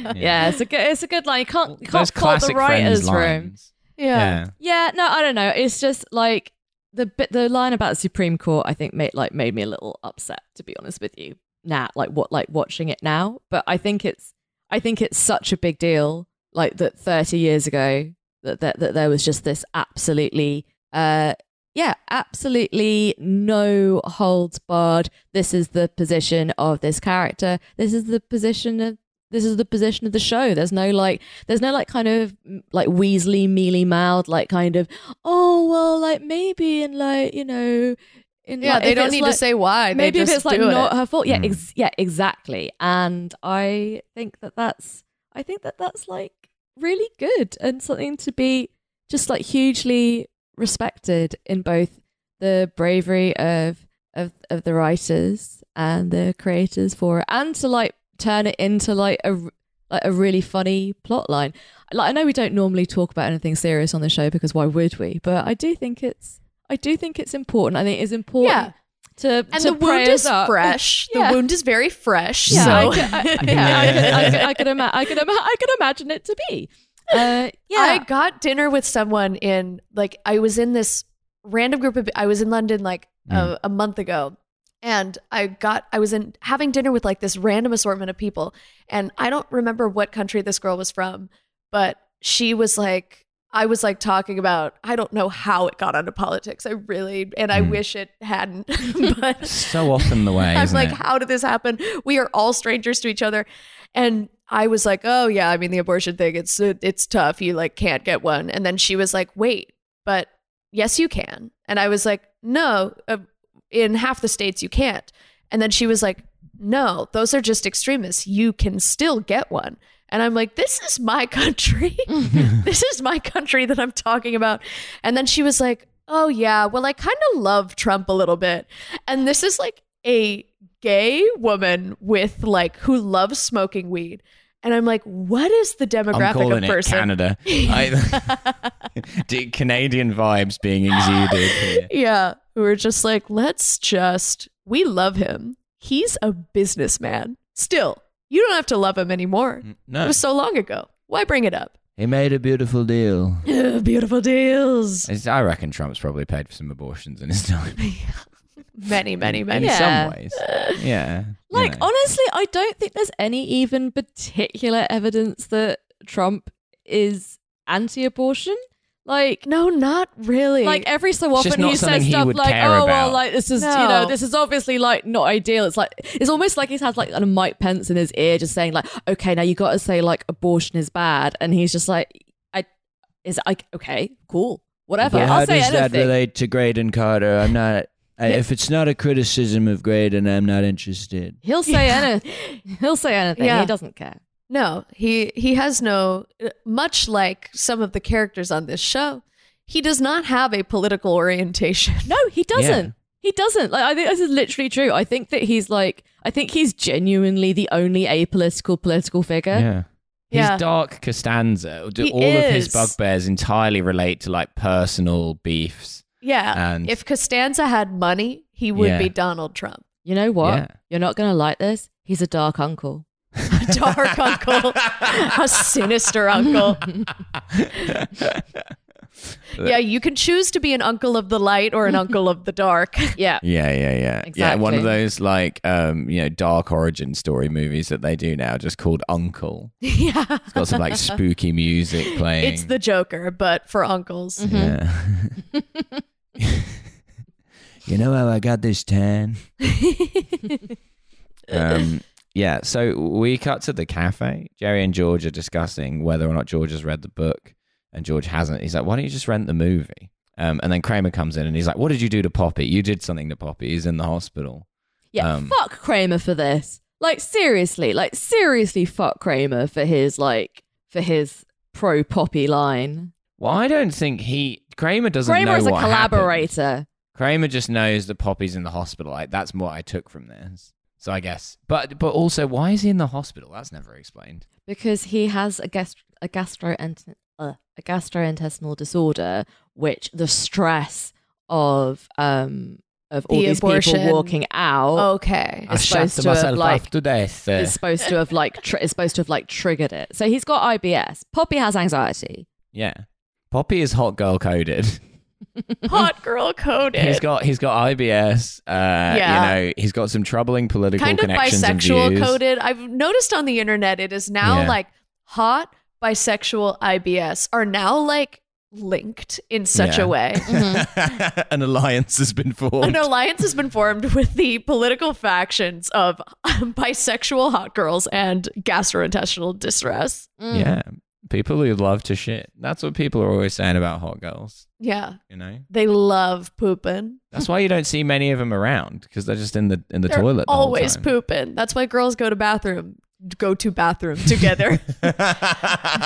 A: fun.
C: yeah. it's a good it's a good line. You can't you
A: Those
C: can't call the
A: classic
C: writers
A: friends
C: room.
A: lines.
B: Yeah.
C: Yeah, no, I don't know. It's just like the bit, the line about the Supreme Court. I think made like made me a little upset, to be honest with you. Now, like what, like watching it now. But I think it's, I think it's such a big deal. Like that, thirty years ago, that that, that there was just this absolutely, uh, yeah, absolutely no holds barred. This is the position of this character. This is the position of this is the position of the show. There's no like, there's no like kind of mm, like Weasley mealy mouthed like kind of oh well like maybe and like you know in,
B: Yeah,
C: like,
B: they
C: if
B: don't
C: it's,
B: need
C: like-
B: to say why. They
C: maybe if
B: just
C: it's like
B: do it.
C: not her fault. Yeah,
A: Mm.
C: ex- yeah, exactly. And I think that that's I think that that's like really good and something to be just like hugely respected in both the bravery of of of the writers and the creators for it, and to like turn it into like a r- like a really funny plot line. Like I know we don't normally talk about anything serious on the show because why would we? But I do think it's I do think it's important. I think it's important
B: Yeah.
C: to
B: and
C: to
B: the wound
C: pray
B: is
C: us up.
B: fresh.
C: Yeah.
B: The wound is very fresh.
C: Yeah, I
B: So
C: could- I, I- yeah, I could- I could, I could, ima- I could, ima- I could imagine it to be. Uh, yeah,
B: I got dinner with someone in like I was in this random group of I was in London like a, a month ago and I got I was in having dinner with like this random assortment of people and I don't remember what country this girl was from but she was like I was like talking about I don't know how it got onto politics I really and I
A: Mm.
B: wish it hadn't but
A: So often the way.
B: I'm
A: isn't
B: like,
A: it?
B: how did this happen? We are all strangers to each other. And I was like, oh yeah, I mean the abortion thing, it's it's tough. You like can't get one. And then she was like, wait, but yes, you can. And I was like, no, uh, in half the states you can't. And then she was like, no, those are just extremists. You can still get one. And I'm like, this is my country. this is my country that I'm talking about. And then she was like, oh, yeah, well, I kind of love Trump a little bit. And this is like a gay woman with like who loves smoking weed. And I'm like, what is the
A: I'm
B: demographic
A: calling
B: of
A: it
B: person?
A: Canada. I, Dude, Canadian vibes being exuded here.
B: Yeah. Who are just like, let's just, we love him. He's a businessman. Still, you don't have to love him anymore. It
A: No,
B: was so long ago. Why bring it up?
A: he made a beautiful deal.
B: Beautiful deals.
A: It's- I reckon Trump's probably paid for some abortions in his time.
B: Many, many,
A: in
B: many.
C: Yeah.
A: some ways. Yeah. you
C: like oh,
A: know.
C: honestly, I don't think there's any even particular evidence that Trump is anti-abortion. Like,
B: No, not really.
C: like every so
A: It's just
C: often
A: not
C: he
A: something
C: says
A: he
C: stuff
A: would
C: like,
A: care
C: "Oh well,
A: about."
C: like this is you know
B: No.
C: this is obviously like not ideal." It's like it's almost like he's had like a Mike Pence in his ear, just saying like, "Okay, now you got to say like abortion is bad," and he's just like, "I is I okay, cool, whatever."
A: But
C: I'll say anything.
A: relate to Graydon Carter? I'm not. I,
C: Yeah.
A: if it's not a criticism of Graydon, I'm not interested.
C: He'll say anything. He'll say anything.
B: Yeah.
C: He doesn't care.
B: no, he he has no. uh, Much like some of the characters on this show, he does not have a political orientation.
C: No, he doesn't. He doesn't. Like I think this is literally true. I think that he's like I think he's genuinely the only apolitical political figure.
A: Yeah. His
B: Yeah.
A: dark Costanza, do
B: He
A: all of his
B: is.
A: bugbears entirely relate to like personal beefs?
B: Yeah.
A: And-
B: if Costanza had money, he would
A: Yeah.
B: be Donald Trump.
C: You know what?
A: Yeah.
C: You're not gonna like this. He's a dark uncle.
B: dark uncle, a sinister uncle. yeah, you can choose to be an uncle of the light or an uncle of the dark.
C: Yeah.
A: Yeah, yeah, yeah. Yeah, one
C: Exactly.
A: of those like um, you know, dark origin story movies that they do now just called Uncle.
B: yeah.
A: It's got some like spooky music playing.
B: It's the Joker, but for uncles.
A: Yeah.
B: Mm-hmm.
A: you know how I got this tan? um, yeah, so we cut to the cafe. Jerry and George are discussing whether or not George has read the book, and George hasn't. He's like, why don't you just rent the movie? Um, and then Kramer comes in and he's like, what did you do to Poppy? You did something to Poppy. He's in the hospital.
C: Yeah.
A: Um,
C: fuck Kramer for this. Like seriously, like seriously fuck Kramer for his like for his pro poppy line.
A: Well, I don't think he. Kramer doesn't
C: Kramer
A: know
C: is a
A: what happened.
C: collaborator.
A: Kramer just knows that Poppy's in the hospital. Like that's what I took from this. So I guess, but but also, why is he in the hospital? That's never explained.
C: because he has a gast- a gastroent- uh, a gastrointestinal disorder, which the stress of um of all
B: The
C: these
B: abortion.
C: people walking out
A: Mm.
B: Okay.
C: It's supposed to have, like-
A: to death.
B: Oh.
C: is supposed to have like tr- is supposed to have like triggered it. So he's got IBS. Poppy has anxiety.
A: yeah, Poppy is hot girl coded.
B: Hot girl coded.
A: He's got he's got IBS. Uh,
B: Yeah.
A: you know, he's got some troubling political
B: kind of
A: connections and
B: bisexual
A: views.
B: coded. I've noticed on the internet it is now
A: Yeah.
B: like hot bisexual IBS are now like linked in such
A: Yeah.
B: a way.
C: Mm-hmm.
A: An alliance has been
B: An
A: formed.
B: alliance has been formed with the political factions of bisexual hot girls and gastrointestinal distress.
C: Mm.
A: Yeah, people who love to shit. That's what people are always saying about hot girls.
B: Yeah.
A: You know,
B: They love pooping.
A: that's why you don't see many of them around because they're just in the in the
B: They're
A: toilet. the whole
B: always
A: time.
B: pooping. That's why girls go to bathroom. Go to bathroom together.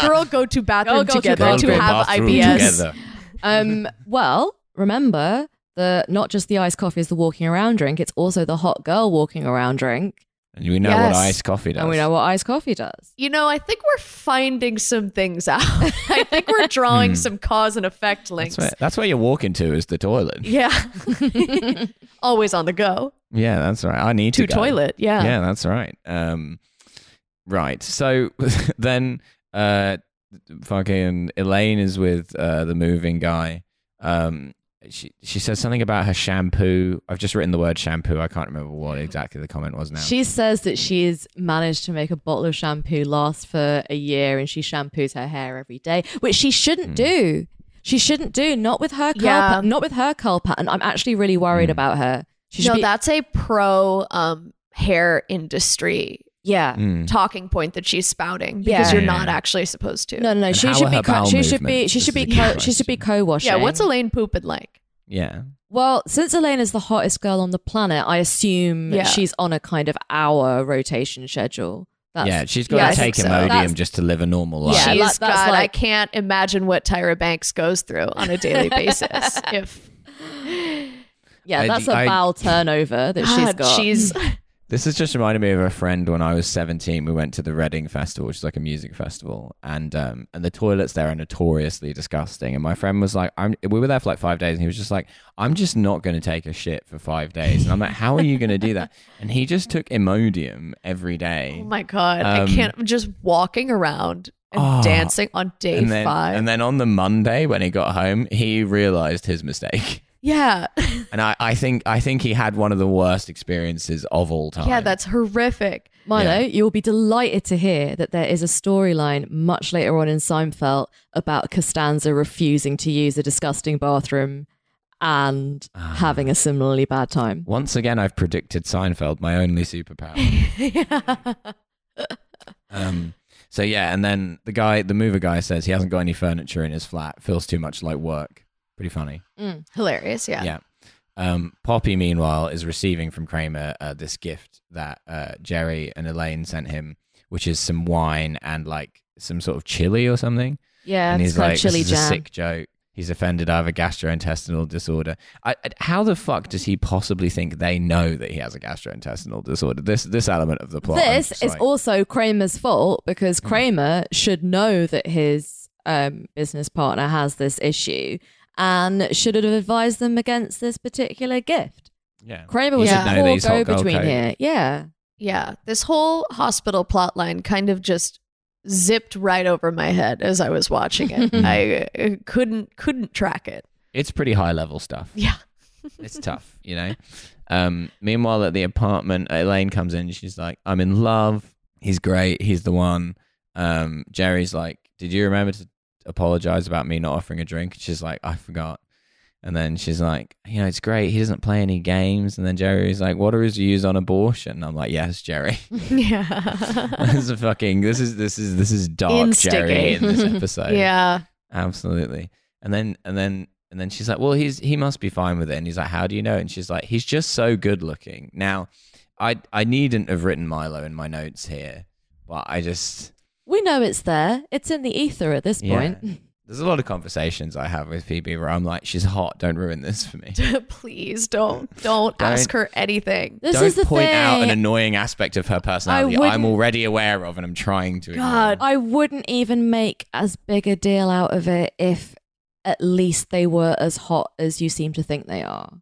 B: Girl, go to bathroom
C: Girl, go to
B: together
A: Girl
B: to,
A: go
B: have
A: bathroom
B: IBS.
A: together.
C: Um. Well, remember the not just the iced coffee is the walking around drink. It's also the hot girl walking around drink.
A: And we know
B: Yes.
A: what iced coffee does.
C: And we know what iced coffee does.
B: You know, I think we're finding some things out. I think we're drawing some cause and effect links.
A: Hmm. that's where, that's where you walk into is the toilet.
B: Yeah. Always on the go.
A: Yeah, that's right. I need
B: To,
A: to, go.
B: toilet. Yeah.
A: Yeah, that's right. Um, right. So then, uh, fucking Elaine is with uh, the moving guy. Um, she she says something about her shampoo. I've just written the word shampoo. I can't remember what exactly the comment was now.
C: She says that she's managed to make a bottle of shampoo last for a year and she shampoos her hair every day, which she
A: Hmm.
C: shouldn't do. She shouldn't do, not with her curl
B: Yeah.
C: pat- not with her curl pattern. I'm actually really worried
A: Mm.
C: about her. She should
B: No,
C: be-
B: that's a pro um, hair industry
C: yeah.
A: Mm.
B: talking point that she's spouting because
C: Yeah.
B: you're not
A: Yeah.
B: actually supposed to.
C: No, no, no.
A: And
C: She
A: how
C: should
A: are
C: be,
A: her
C: co-
A: bowel
C: she should be.
A: movements?
C: She should
A: This
C: be.
A: is the
C: Co- she should be co-washing.
B: Yeah, what's Elaine pooping like?
A: Yeah.
C: Well, since Elaine is the hottest girl on the planet, I assume
B: Yeah.
C: she's on a kind of hour rotation schedule. That's,
A: yeah, she's
B: yeah, I
A: got to
B: think
A: take
B: so.
A: Imodium
C: That's-
A: just to live a normal life.
C: Yeah,
B: She's
C: like- that's
B: God, I
C: like-
B: can't imagine what Tyra Banks goes through on a daily basis. If
C: yeah,
A: I-
C: that's a
A: I-
C: bowel turnover that she's
B: God,
C: got. Mm.
B: she's
A: This has just reminded me of a friend when I was 17. We went to the Reading Festival, which is like a music festival, and um, and the toilets there are notoriously disgusting. And my friend was like, "I'm." We were there for like five days, and he was just like, "I'm just not going to take a shit for five days." And I'm like, "How are you going to do that?" And he just took Imodium every day.
B: oh my God,
A: Um,
B: I can't just walking around and
A: Ah.
B: dancing on day
A: and then,
B: five.
A: and then on the Monday when he got home, he realized his mistake,
B: yeah,
A: and I, I think I think he had one of the worst experiences of all time.
B: yeah, that's horrific.
C: Milo,
A: Yeah.
C: you'll be delighted to hear that there is a storyline much later on in Seinfeld about Costanza refusing to use a disgusting bathroom and
A: Ah,
C: having a similarly bad time.
A: Once again, I've predicted Seinfeld, my only superpower. um, so yeah, and then the guy, the mover guy, says he hasn't got any furniture in his flat. Feels too much like work. Pretty funny.
B: Mm. Hilarious. Yeah.
A: Yeah. Um, Poppy, meanwhile, is receiving from Kramer uh, this gift that uh, Jerry and Elaine sent him, which is some wine and like some sort of chili or something.
C: Yeah,
A: and
C: it's
A: he's
C: called
A: like,
C: chili
A: "This is
C: jam.
A: a sick joke." He's offended. I have a gastrointestinal disorder. I, I- how the fuck does he possibly think they know that he has a gastrointestinal disorder? This this element of the plot. I'm
C: This
A: just
C: is
A: like- Hmm.
C: also Kramer's fault because Kramer should know that his um, business partner has this issue and should have advised them against this particular gift.
A: Yeah.
C: Kramer
A: He
C: was
B: should
C: a
A: know oh, that
C: poor
A: he's hot
C: go
A: girl
C: between
A: code.
C: here. Yeah.
B: Yeah, this whole hospital plot line kind of just zipped right over my head as I was watching it. I uh, couldn't couldn't track it.
A: It's pretty high level stuff.
B: Yeah.
A: It's tough, you know. Um, meanwhile, at the apartment, Elaine comes in. She's like, "I'm in love. He's great. He's the one." Um, Jerry's like, "Did you remember to apologize about me not offering a drink?" She's like, "I forgot." And then she's like, "You know, it's great. He doesn't play any games." And then Jerry's like, "What are his views on abortion?" And I'm like, "Yes, Jerry.
B: Yeah.
A: this is a fucking. This is this is this is dark Jerry in this episode.
B: yeah.
A: Absolutely. And then and then and then she's like, "Well, he's he must be fine with it." And he's like, "How do you know?" And she's like, "He's just so good looking." Now, I I needn't have written Milo in my notes here, but I just
C: We know it's there. It's in the ether at this
A: Yeah.
C: point.
A: there's a lot of conversations I have with Phoebe where I'm like, "She's hot. Don't ruin this for me."
B: Please don't don't ask her anything.
C: This
A: Don't
C: is the
A: point
C: thing.
A: out an annoying aspect of her personality I'm
C: wouldn't-
A: already aware of and I'm trying to. ignore.
B: God.
C: I wouldn't even make as big a deal out of it if at least they were as hot as you seem to think they are.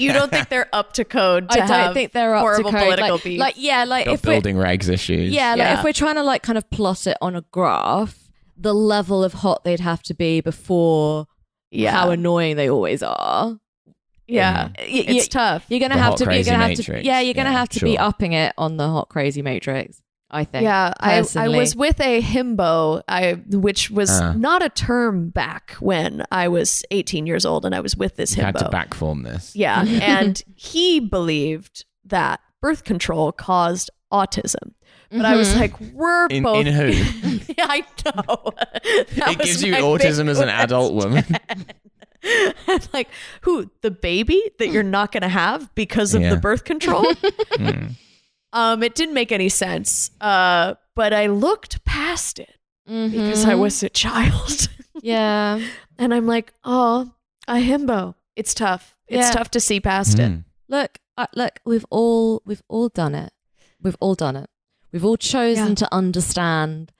B: you don't think they're up to code to
C: I don't
B: have
C: think they're up
B: horrible
C: to code.
B: political
C: like,
B: beef.
C: like yeah, like
A: Got
C: if we're,
A: building regs issues.
C: yeah, like
B: Yeah.
C: if we're trying to like kind of plot it on a graph, the level of hot they'd have to be before
B: yeah.
C: how annoying they always are.
B: yeah.
A: Mhm.
C: Y-
B: It's
C: y-
B: tough.
C: you're gonna
A: The
C: have
A: hot
C: to. You're
A: crazy
C: gonna have
A: matrix.
C: to. Yeah, you're gonna
A: Yeah,
C: have to be
A: sure.
C: upping it on the hot crazy matrix. I think.
B: Yeah, I, I
C: personally.
B: was with a himbo, I which was
A: Uh.
B: not a term back when I was 18 years old, and I was with this
A: You had
B: himbo.
A: to backform this.
B: yeah, and he believed that birth control caused autism, but I was
C: Mhm.
B: like, we're
A: In,
B: both.
A: in who?
B: Yeah, I know. That
A: it
B: was
A: gives you
B: my
A: autism
B: big
A: as an
B: question.
A: adult woman.
B: I'm like, who? The baby that you're not going to have because of
A: Yeah.
B: the birth control?
A: Mm.
B: um, it didn't make any sense. Uh, but I looked past it because I
C: Mhm.
B: was a child.
C: Yeah.
B: and I'm like, oh, a himbo. It's tough. It's
C: Yeah.
B: tough to see past it.
A: Mm.
C: Look, I, look, we've all we've all done it. We've all done it. We've all chosen
B: Yeah.
C: to understand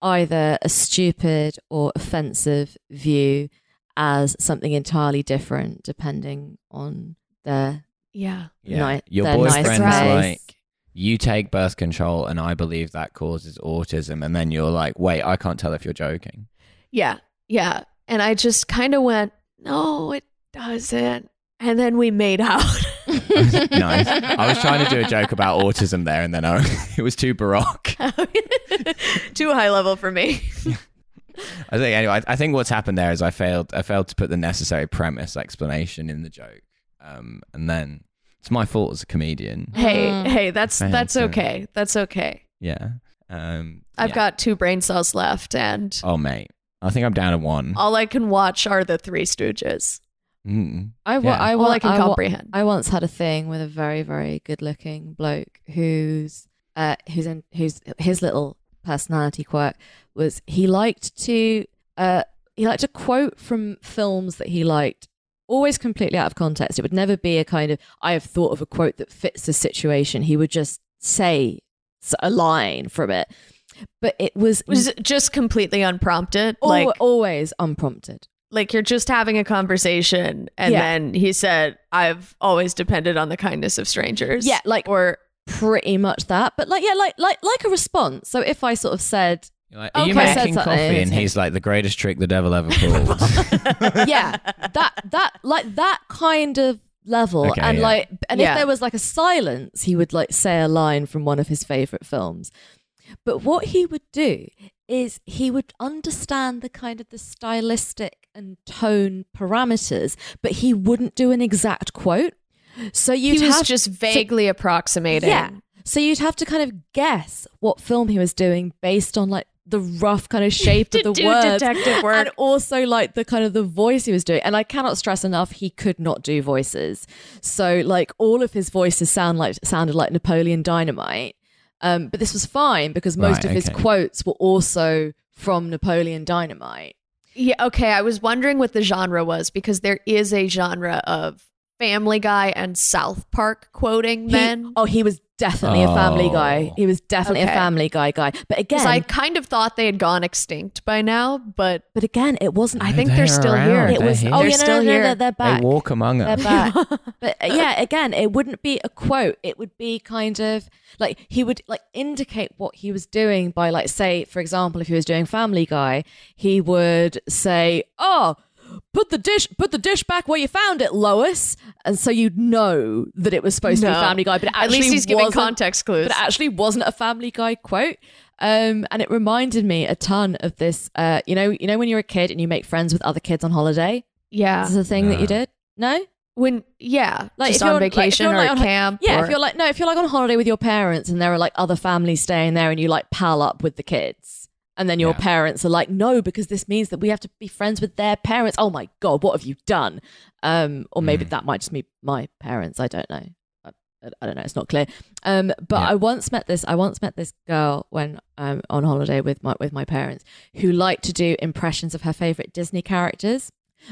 C: either a stupid or offensive view as something entirely different, depending on their
B: Yeah.
A: Yeah.
C: Ni-
A: Your
C: they're
A: boyfriend's
B: nice guys.
A: like, you take birth control and I believe that causes autism. And then you're like, wait, I can't tell if you're joking.
B: Yeah. Yeah. And I just kind of went, no, it doesn't. And then we made out.
A: nice. I was trying to do a joke about autism there and then I, it was too baroque.
B: Too high level for me.
A: I think, anyway, I, I think what's happened there is I failed, I failed to put the necessary premise explanation in the joke. Um, and then it's my fault as a comedian.
B: hey,
C: Mm.
B: hey, that's
A: I had
B: that's
A: to.
B: okay. That's okay.
A: Yeah. Um,
B: I've
A: yeah.
B: got two brain cells left and
A: Oh, mate. I think I'm down to one.
B: all I can watch are the Three Stooges.
A: Mm.
C: I, wa-
A: Yeah.
C: I,
B: All
C: wa-
B: I can
C: I wa-
B: comprehend.
C: I once had a thing with a very, very good-looking bloke who's uh, who's in who's his little personality quirk was he liked to uh, he liked to quote from films that he liked, always completely out of context. It would never be a kind of I have thought of a quote that fits the situation. He would just say s- a line from it, but it was,
B: was it just completely unprompted.
C: al-
B: like
C: always unprompted.
B: like you're just having a conversation and
C: Yeah.
B: then he said, I've always depended on the kindness of strangers.
C: Yeah, like-
B: or
C: Pretty much that, but like yeah, like like like a response. So if I sort of said
A: You're like,
C: Okay,
A: Are you
C: I said
A: making
C: something.
A: coffee? And he's like, the greatest trick the devil ever pulled.
C: yeah that that like that kind of level
A: Okay,
C: and
A: yeah.
C: like and
B: Yeah.
C: if there was like a silence he would like say a line from one of his favorite films but what he would do is he would understand the kind of the stylistic and tone parameters but he wouldn't do an exact quote so you'd
B: he was
C: have
B: just vaguely approximating.
C: yeah. So you'd have to kind of guess what film he was doing based on like the rough kind of shape of
B: To
C: the
B: do
C: words
B: detective work.
C: and also like the kind of the voice he was doing. And I cannot stress enough, he could not do voices. So like all of his voices sound like sounded like Napoleon Dynamite. Um, but this was fine because most
A: Right,
C: of his
A: okay.
C: quotes were also from Napoleon Dynamite.
B: Yeah, okay. I was wondering what the genre was because there is a genre of Family Guy and South Park quoting
C: He-
B: men.
C: oh, he was definitely a Family Guy.
A: Oh.
C: He was definitely
B: Okay.
C: a Family Guy guy. But again,
B: Because I kind of thought they had gone extinct by now, but
C: but again, it wasn't.
B: I think they're still here.
C: it
B: they're
C: was. Oh,
B: They're
C: yeah, no, no,
B: still
C: no, no,
B: here.
C: they're, they're back.
A: They walk among
C: They're
A: us.
C: back. but uh, yeah, again, it wouldn't be a quote. It would be kind of like he would like indicate what he was doing by like say, for example, if he was doing Family Guy, he would say, "Oh, put the dish, put the dish back where you found it, Lois," and so you'd know that it was supposed to
B: No.
C: be Family Guy. But it
B: at
C: actually
B: least he's giving
C: wasn't-
B: context clues.
C: but it actually wasn't a Family Guy quote. Um, and it reminded me a ton of this. Uh, you know, you know when you're a kid and you make friends with other kids on holiday.
B: yeah.
C: This is a thing that you did. No,
B: When, yeah,
C: Like,
B: just
C: if you're-
B: on
C: like, if
B: vacation
C: you're,
B: or
C: like,
B: at
C: on-
B: camp.
C: Yeah,
B: or-
C: if you're like no, if you're like on holiday with your parents and there are like other families staying there and you like pal up with the kids. And then your
A: Yeah.
C: parents are like, no, because this means that we have to be friends with their parents. Oh my god, what have you done? Um, or maybe that might just be my parents. I don't know. I, I don't know. It's not clear. Um, but
A: Yeah.
C: I once met this. I once met this girl when um on holiday with my with my parents who liked to do impressions of her favorite Disney characters.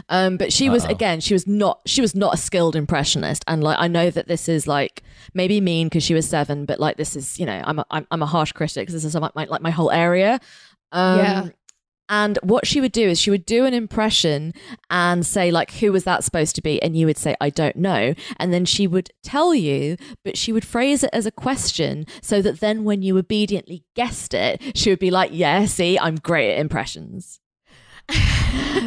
C: Um, but she was
A: Uh-oh.
C: again, she was not she was not a skilled impressionist, and like I know that this is like maybe mean because she was seven, but like this is you know I'm a, I'm, I'm a harsh critic 'cause this is my, my like my whole area. Um,
B: Yeah.
C: And what she would do is she would do an impression and say like, "Who was that supposed to be?" And you would say, "I don't know." And then she would tell you, but she would phrase it as a question so that then when you obediently guessed it, she would be like, "Yeah, see, I'm great at impressions."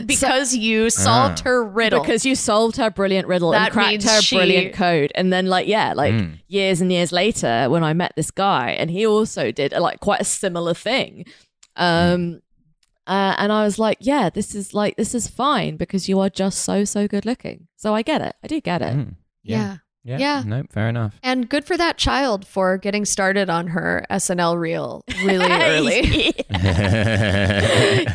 B: because you solved
A: Ah.
B: her riddle.
C: Because you solved her brilliant riddle
B: That
C: and cracked
B: means
C: her
B: she-
C: brilliant code. And then, like, yeah, like
A: Mm.
C: years and years later, when I met this guy, and he also did like quite a similar thing.
B: Mm.
C: Um, uh, and I was like, yeah, this is like, this is fine because you are just so, so good looking. So I get it. I do get it.
A: Mm.
B: yeah.
A: Yeah.
B: Yeah.
A: Nope. Fair enough.
B: And good for that child for getting started on her SNL reel really early.
C: yeah,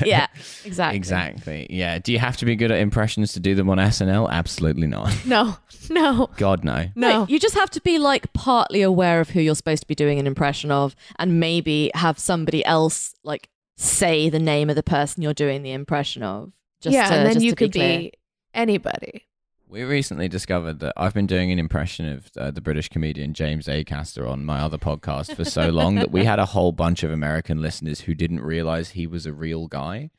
A: yeah.
C: exactly.
A: Exactly. Yeah. Do you have to be good at impressions to do them on SNL? Absolutely not.
B: no, no,
A: God no.
C: No,
B: no.
C: you just have to be like partly aware of who you're supposed to be doing an impression of, and maybe have somebody else like say the name of the person you're doing the impression of. Just
B: yeah,
C: to,
B: and then
C: just
B: you
C: to
B: could
C: be, clear.
B: be anybody.
A: We recently discovered that I've been doing an impression of uh, the British comedian James Acaster on my other podcast for so long that we had a whole bunch of American listeners who didn't realize he was a real guy.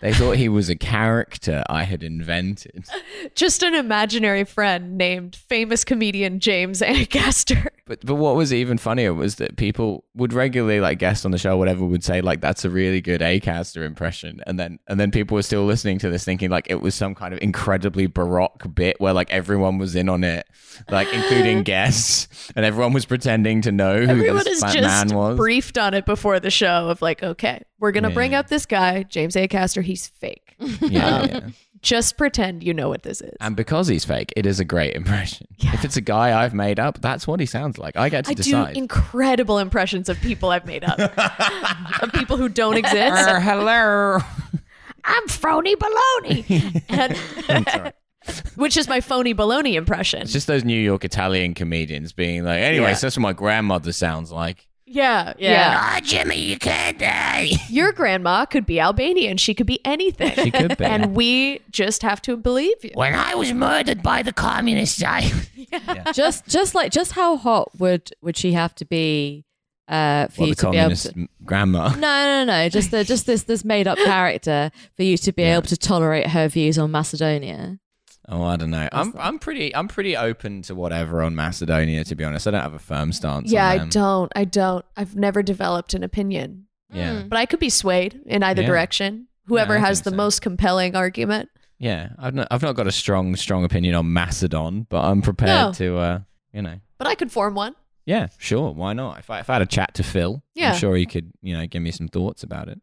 A: They thought he was a character I had invented.
B: Just an imaginary friend named famous comedian James Ancaster.
A: But but what was even funnier was that people would regularly like guests on the show, whatever, would say like that's a really good Acaster impression, and then and then people were still listening to this, thinking like it was some kind of incredibly baroque bit where like everyone was in on it, like including guests, and everyone was pretending to know who
B: Everyone
A: this
B: is
A: fat
B: just
A: man was.
B: briefed on it before the show of like, okay, we're gonna bring
A: Yeah.
B: up this guy, James Acaster. He's fake.
A: yeah, yeah.
B: just pretend you know what this is.
A: And because he's fake, it is a great impression.
B: Yeah.
A: If it's a guy I've made up, that's what he sounds like. I get to
B: I do
A: decide.
B: incredible impressions of people I've made up, of people who don't exist.
A: Er, hello.
B: I'm phony baloney, and,
A: Sorry.
B: which is my phony baloney impression.
A: It's just those New York Italian comedians being like, anyways, that's what my grandmother sounds like.
B: yeah, yeah,
A: Oh, Jimmy, you can't die.
B: Your grandma could be Albanian. She could be anything.
A: She could be.
B: And we just have to believe you.
A: When I was murdered by the communists, I.
C: just just like just how hot would would she have to be uh for
A: Well,
C: you
A: the
C: to be able
A: communist
C: to
A: m- grandma.
C: no, no, no. Just the, just this this made up character for you to be able to tolerate her views on Macedonia.
A: Oh, I don't know. I'm I'm pretty I'm pretty open to whatever on Macedonia. To be honest, I don't have a firm stance.
B: Yeah,
A: on
B: I
A: them.
B: don't. I don't. I've never developed an opinion,
A: Yeah.
B: Mm-hmm. but I could be swayed in either
A: Yeah.
B: direction. Whoever
A: I
B: has
A: think
B: the
A: so.
B: most compelling argument.
A: Yeah, I've not, I've not got a strong strong opinion on Macedon, but I'm prepared
B: No.
A: to uh, you know.
B: But I could form one.
A: Yeah, sure. Why not? If I, if I had a chat to Phil,
B: Yeah.
A: I'm sure he could, you know, give me some thoughts about it.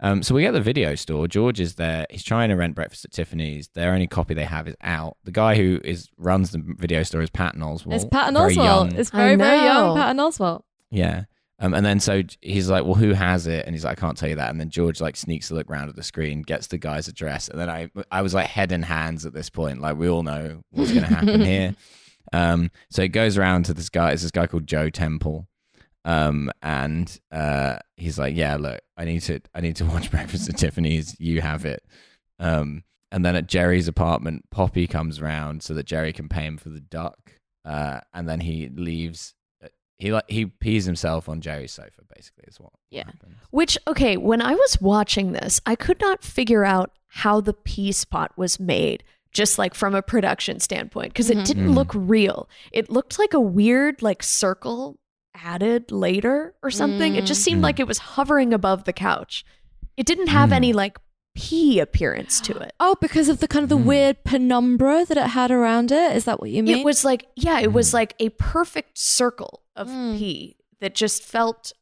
A: Um, so we get the video store. George is there. He's trying to rent breakfast at Tiffany's. Their only copy they have is out. The guy who is runs the video store is Patton Oswalt.
C: it's Patton
A: Very
C: Oswalt.
A: young.
C: It's
B: I
C: very very
B: know.
C: young Patton Oswalt.
A: Yeah. Um, and then so he's like, "Well, who has it?" And he's like, "I can't tell you that." And then George like sneaks a look round at the screen, gets the guy's address, and then I I was like head and hands at this point. Like we all know what's going to happen here. Um, so it goes around to this guy. It's this guy called Joe Temple. Um, and uh, he's like, "Yeah, look, I need to I need to watch Breakfast at Tiffany's. You have it." Um, and then at Jerry's apartment, Poppy comes round so that Jerry can pay him for the duck. Uh, and then he leaves uh, he like he pees himself on Jerry's sofa. Basically, is what.
C: Yeah.
A: happens.
B: Which, okay, when I was watching this, I could not figure out how the pea spot was made, just like from a production standpoint, because it
C: Mhm.
B: didn't
A: Mm.
B: look real. It looked like a weird, like, circle added later or something. It just seemed
A: Mm.
B: like it was hovering above the couch. It didn't have
A: Mm.
B: any, like, pea appearance to it.
C: Oh, because of the kind of the
A: Mm.
C: weird penumbra that it had around it. Is that what you mean?
B: It was like, yeah, it was
A: Mm.
B: like a perfect circle of
C: Mm.
B: pea that just felt.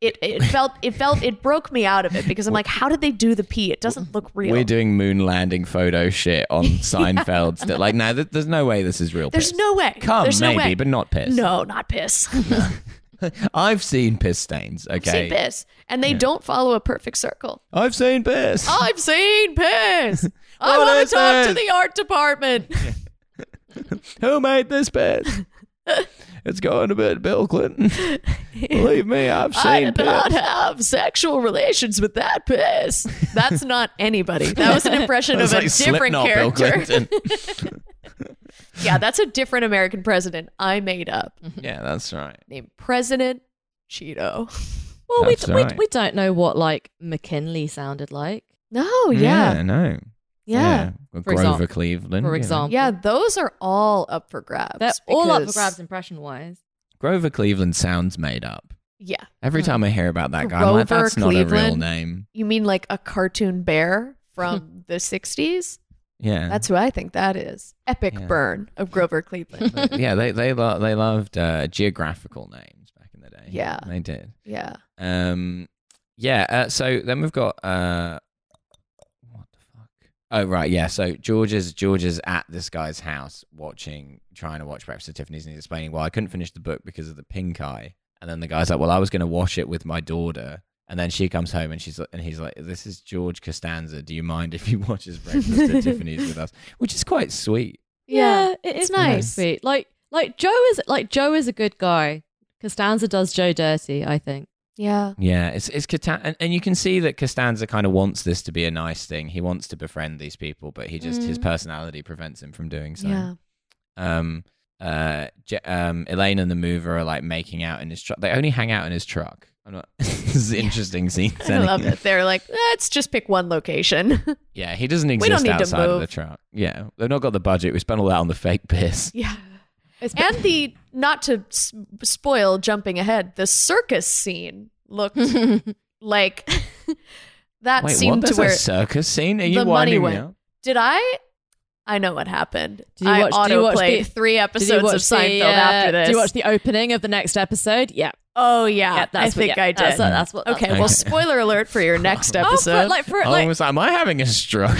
B: It, it felt it felt it broke me out of it because I'm like, how did they do the pea? It doesn't look real.
A: We're doing moon landing photo shit on Seinfeld. That like, no, th- there's no way this is real.
B: There's
A: piss.
B: no way.
A: Come,
B: There's
A: maybe,
B: no way.
A: but not piss.
B: no, not piss.
A: I've seen piss stains. Okay,
B: I've seen piss, and they don't follow a perfect circle.
A: I've seen piss.
B: I've seen piss. I
A: What
B: want
A: is
B: to talk to
A: this?
B: the art department.
A: Who made this piss? it's going to be Bill Clinton. Believe me, I've
B: I
A: seen
B: did not
A: piss.
B: have sexual relations with that piss. That's not anybody. That was an impression
A: It's
B: of a
A: like
B: different
A: Slipknot, Bill
B: character.
A: Clinton.
B: yeah, that's a different American president I made up
A: yeah, that's right.
B: named President Cheeto.
C: well, we,
A: That's
C: we,
A: right.
C: we don't know what like McKinley sounded like.
B: No, Oh, yeah,
A: no.
B: yeah,
A: Grover
C: For example-
A: Cleveland.
C: for
A: you know.
B: yeah.
C: example.
B: those are all up for grabs.
C: They're all up for
B: because-
C: grabs impression wise.
A: Grover Cleveland sounds made up.
B: Yeah.
A: Every
C: Hmm.
A: time I hear about that guy, I'm like,
B: Grover
A: that's not a real
B: Cleveland?
A: name.
B: You mean like a cartoon bear from the 60s?
A: Yeah.
B: That's who I think that is. Epic
A: Yeah.
B: burn of Grover Cleveland.
A: yeah, they they lo- they loved uh, geographical names back in the day.
B: Yeah.
A: They did.
B: yeah.
A: Um yeah, uh, so then we've got uh what the fuck? Oh right, yeah. So George is George is at this guy's house watching trying to watch Breakfast at Tiffany's and he's explaining why I couldn't finish the book because of the pink eye. And then the guy's like, "Well, I was going to wash it with my daughter." And then she comes home and she's like- and he's like, "This is George Costanza. Do you mind if he watches Breakfast at Tiffany's with us?" Which is quite sweet.
B: Yeah.
C: it
B: It's
C: is pretty
B: nice.
C: Sweet. Like like Joe is like Joe is a good guy. Costanza does Joe dirty, I think.
B: Yeah.
A: Yeah, it's it's Catan- and, and you can see that Costanza kind of wants this to be a nice thing. He wants to befriend these people, but he just his
B: Mm.
A: personality prevents him from doing so.
B: Yeah.
A: Um, uh, Je- um, Elaine and the Mover are like making out in his truck. They only hang out in his truck. I'm not. this is interesting scene.
B: I love it. They're like, let's just pick one location.
A: Yeah, he doesn't
B: don't
A: exist
B: need to
A: outside of
B: move.
A: the truck. Yeah, they've not got the budget. We spent all that on the fake piss.
B: yeah.
C: It's
B: And the, not to s- spoil jumping ahead, the circus scene looked like that
A: Wait,
B: seemed
A: what?
B: to
A: There's
B: where.
A: a circus scene? Are
B: the
A: you
B: money
A: winding me
B: went.
A: up?
B: Did I? I know what happened.
C: Did you
B: I
C: watch- did you watch
B: autoplayed
C: the-
B: three
C: Did
B: episodes
C: you
B: of
C: watch
B: Seinfeld
C: the, uh,
B: after this.
C: Did you watch the opening of the next episode? Yeah.
B: oh yeah,
C: yeah
B: I
C: that's what-
B: think
C: yeah,
B: I did.
C: That's, that's what.
B: okay,
C: That's
A: Okay.
B: well, spoiler alert for your next episode.
C: Oh, for, like for
A: Oh,
C: like,
A: was, am I having a stroke?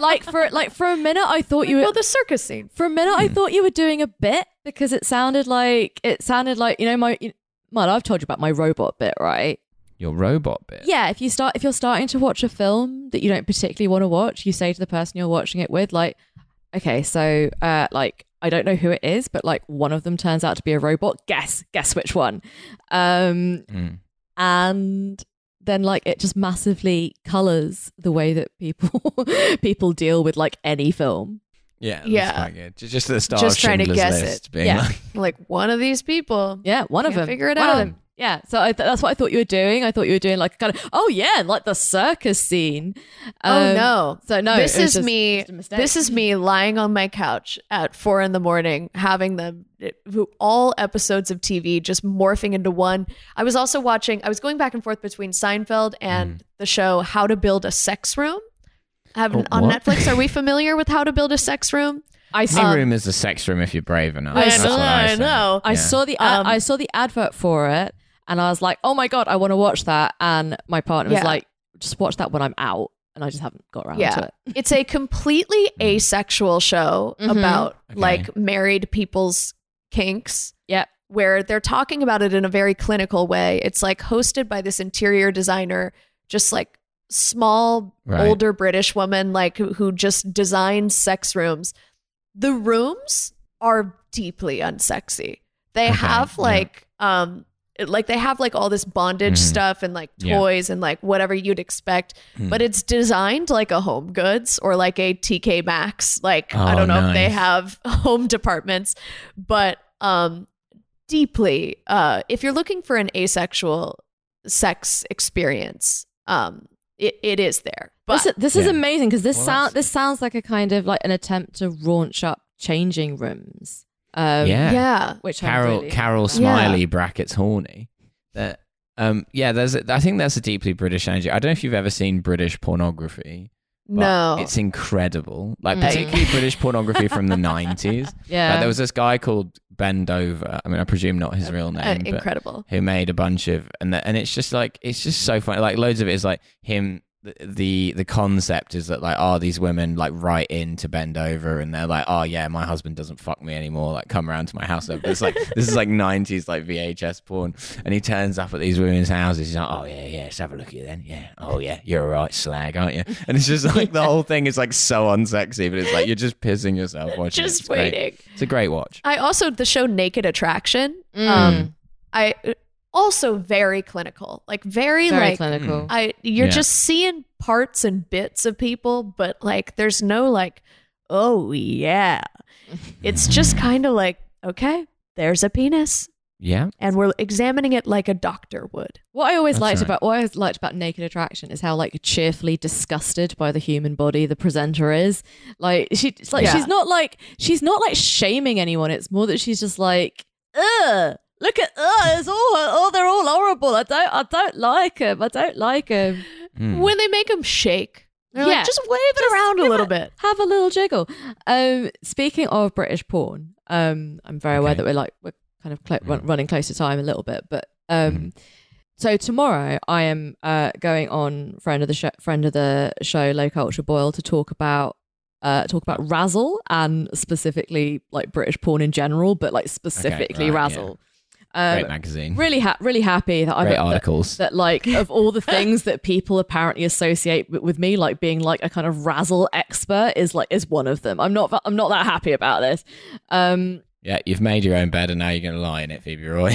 C: like for like for a minute, I thought you were
B: well, the circus scene.
C: for a minute. I thought you were doing a bit because it sounded like it sounded like you know my. You, Mud, I've told you about my robot bit, right?
A: Your robot bit.
C: Yeah, if you start if you're starting to watch a film that you don't particularly want to watch, you say to the person you're watching it with, like, okay, so uh like I don't know who it is, but like one of them turns out to be a robot. Guess, guess which one. Um
A: Mm.
C: and then like it just massively colours the way that people people deal with like any film.
A: Yeah, that's
B: Yeah.
A: quite good. Ju- Just at the start
B: Just
A: of
B: trying to
A: Schindler's
B: guess
A: List
B: it.
A: being
C: Yeah.
A: like, "Oh,
B: Like one of these people.
C: Yeah, one of
B: Can't
C: them.
B: figure it
C: One of
B: out.
C: them. Yeah, so I, that's what I thought you were doing. I thought you were doing like kind of oh yeah, like the circus scene.
B: oh
C: Um,
B: no.
C: So no,
B: this
C: it was
B: is
C: just-
B: me.
C: just a mistake.
B: This is me lying on my couch at four in the morning, having them who- all episodes of TV just morphing into one. I was also watching. I was going back and forth between Seinfeld and the show How to Build a Sex Room. Have,
A: Oh,
B: on
A: what?
B: Netflix, are we familiar with How to Build a Sex Room?
C: I
A: any
C: saw,
A: room is a sex room if you're brave enough.
C: I
A: That's
C: know,
A: what I,
B: I
A: say.
B: know.
C: I
A: Yeah.
C: saw the ad-
B: Um,
C: I saw the advert for it, and I was like, oh my god, I want to watch that. And my partner was
B: Yeah.
C: like, just watch that when I'm out, and I just haven't got around to
B: Yeah.
C: it.
B: It's a completely asexual show
C: Mhm.
B: about
A: Mm-hmm. Okay.
B: like married people's kinks.
C: Yep.
B: Where they're talking about it in a very clinical way. It's like hosted by this interior designer, just like small
A: Right.
B: older British woman, like who, who just designs sex rooms. The rooms are deeply unsexy. They
A: Okay,
B: have
A: yeah.
B: like um it- like they have like all this bondage
A: Mhm.
B: stuff and like
A: Yeah.
B: toys and like whatever you'd expect
A: Hmm.
B: but it's designed like a home goods or like a TK Maxx. Like I
A: Oh,
B: don't know if they
A: nice.
B: have home departments, but um deeply uh if you're looking for an asexual sex experience, um it, it is there. But
C: this is, this is
A: Yeah.
C: amazing because this
A: Well,
C: sound
A: that's-
C: this sounds like a kind of like an attempt to raunch up changing rooms. Um,
A: Yeah.
B: yeah.
C: which I'm
A: Carol
C: really-
A: Carol
C: Yeah.
A: Smiley brackets horny. That um yeah, there's a, I think that's a deeply British energy. I don't know if you've ever seen British pornography. but
B: No.
A: it's incredible. Like
C: Mm.
A: particularly British pornography from the nineties.
C: Yeah,
A: Like, there was this guy called Ben Dover. I mean, I presume not his real
B: uh,
A: name, but
B: incredible.
A: who made a bunch of and the, and it's just like it's just so funny. Like loads of it is like him. the- The the concept is that like oh these women like write in to bend over and they're like oh yeah my husband doesn't fuck me anymore like come around to my house But it's like this is like nineties like VHS porn and he turns up at these women's houses he's like oh yeah yeah let's have a look at you then yeah oh yeah you're a right slag aren't you and it's just like the whole thing is like so unsexy but it's like you're just pissing yourself watching it.
B: Just
A: It's great.
B: waiting.
A: it's a great watch
B: I also the show Naked Attraction.
C: Mm.
B: Um I also very clinical. Like very,
C: very
B: like
C: clinical.
B: I you're
A: Yeah.
B: just seeing parts and bits of people, but like there's no like, oh yeah. It's
A: Mm.
B: just kind of like, okay, there's a penis,
A: yeah
B: and we're examining it like a doctor would.
C: What I always
A: That's
C: liked
A: right.
C: about what I always liked about Naked Attraction is how like cheerfully disgusted by the human body the presenter is. Like she, it's like
B: Yeah.
C: she's not like she's not like shaming anyone. It's more that she's just like, ugh, look at ugh, it's all oh they're all horrible. I don't I don't like them. I don't like them.
A: Mm.
B: When they make them shake, they're
C: Yeah.
B: like, just wave it
C: Just
B: around a
C: give
B: little
C: it-
B: bit.
C: Have a little jiggle. Um, speaking of British porn, um, I'm very aware
A: Okay.
C: that we're like we're kind of clo- run-
A: Mhm.
C: running close to time a little bit, but um,
A: Mm-hmm.
C: so tomorrow I am uh going on friend of the show, friend of the show, Low Culture Boil to talk about. Uh, talk about Razzle and specifically like British porn in general, but like specifically
A: right, yeah.
C: Razzle.
A: great
B: uh,
C: Um,
A: magazine
C: really, ha- really happy that I've
A: great
C: that-
A: articles
C: that like of all the things that people apparently associate with, with me like being like a kind of razzle expert is like is one of them i'm not i'm not that happy about this um
A: Yeah, you've made your own bed and now you're going to lie in it, Phoebe Roy.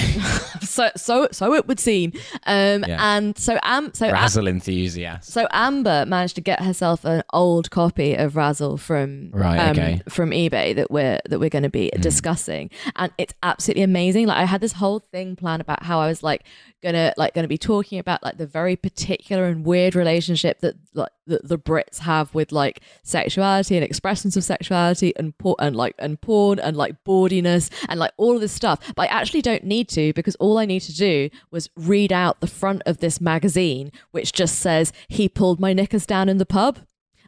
C: So so so it would seem. Um,
A: Yeah.
C: and so Am so Am-
A: Razzle enthusiast.
C: so Amber managed to get herself an old copy of Razzle from
A: Right,
C: um,
A: okay. Mm.
C: from eBay that we're that we're going to be discussing, and it's absolutely amazing. Like I had this whole thing planned about how I was like gonna like gonna be talking about like the very particular and weird relationship that like the, the Brits have with like sexuality and expressions of sexuality and por- and like and porn and like bawdiness and like all of this stuff. But I actually don't need to because all I need to do was read out the front of this magazine, which just says he pulled my knickers down in the pub.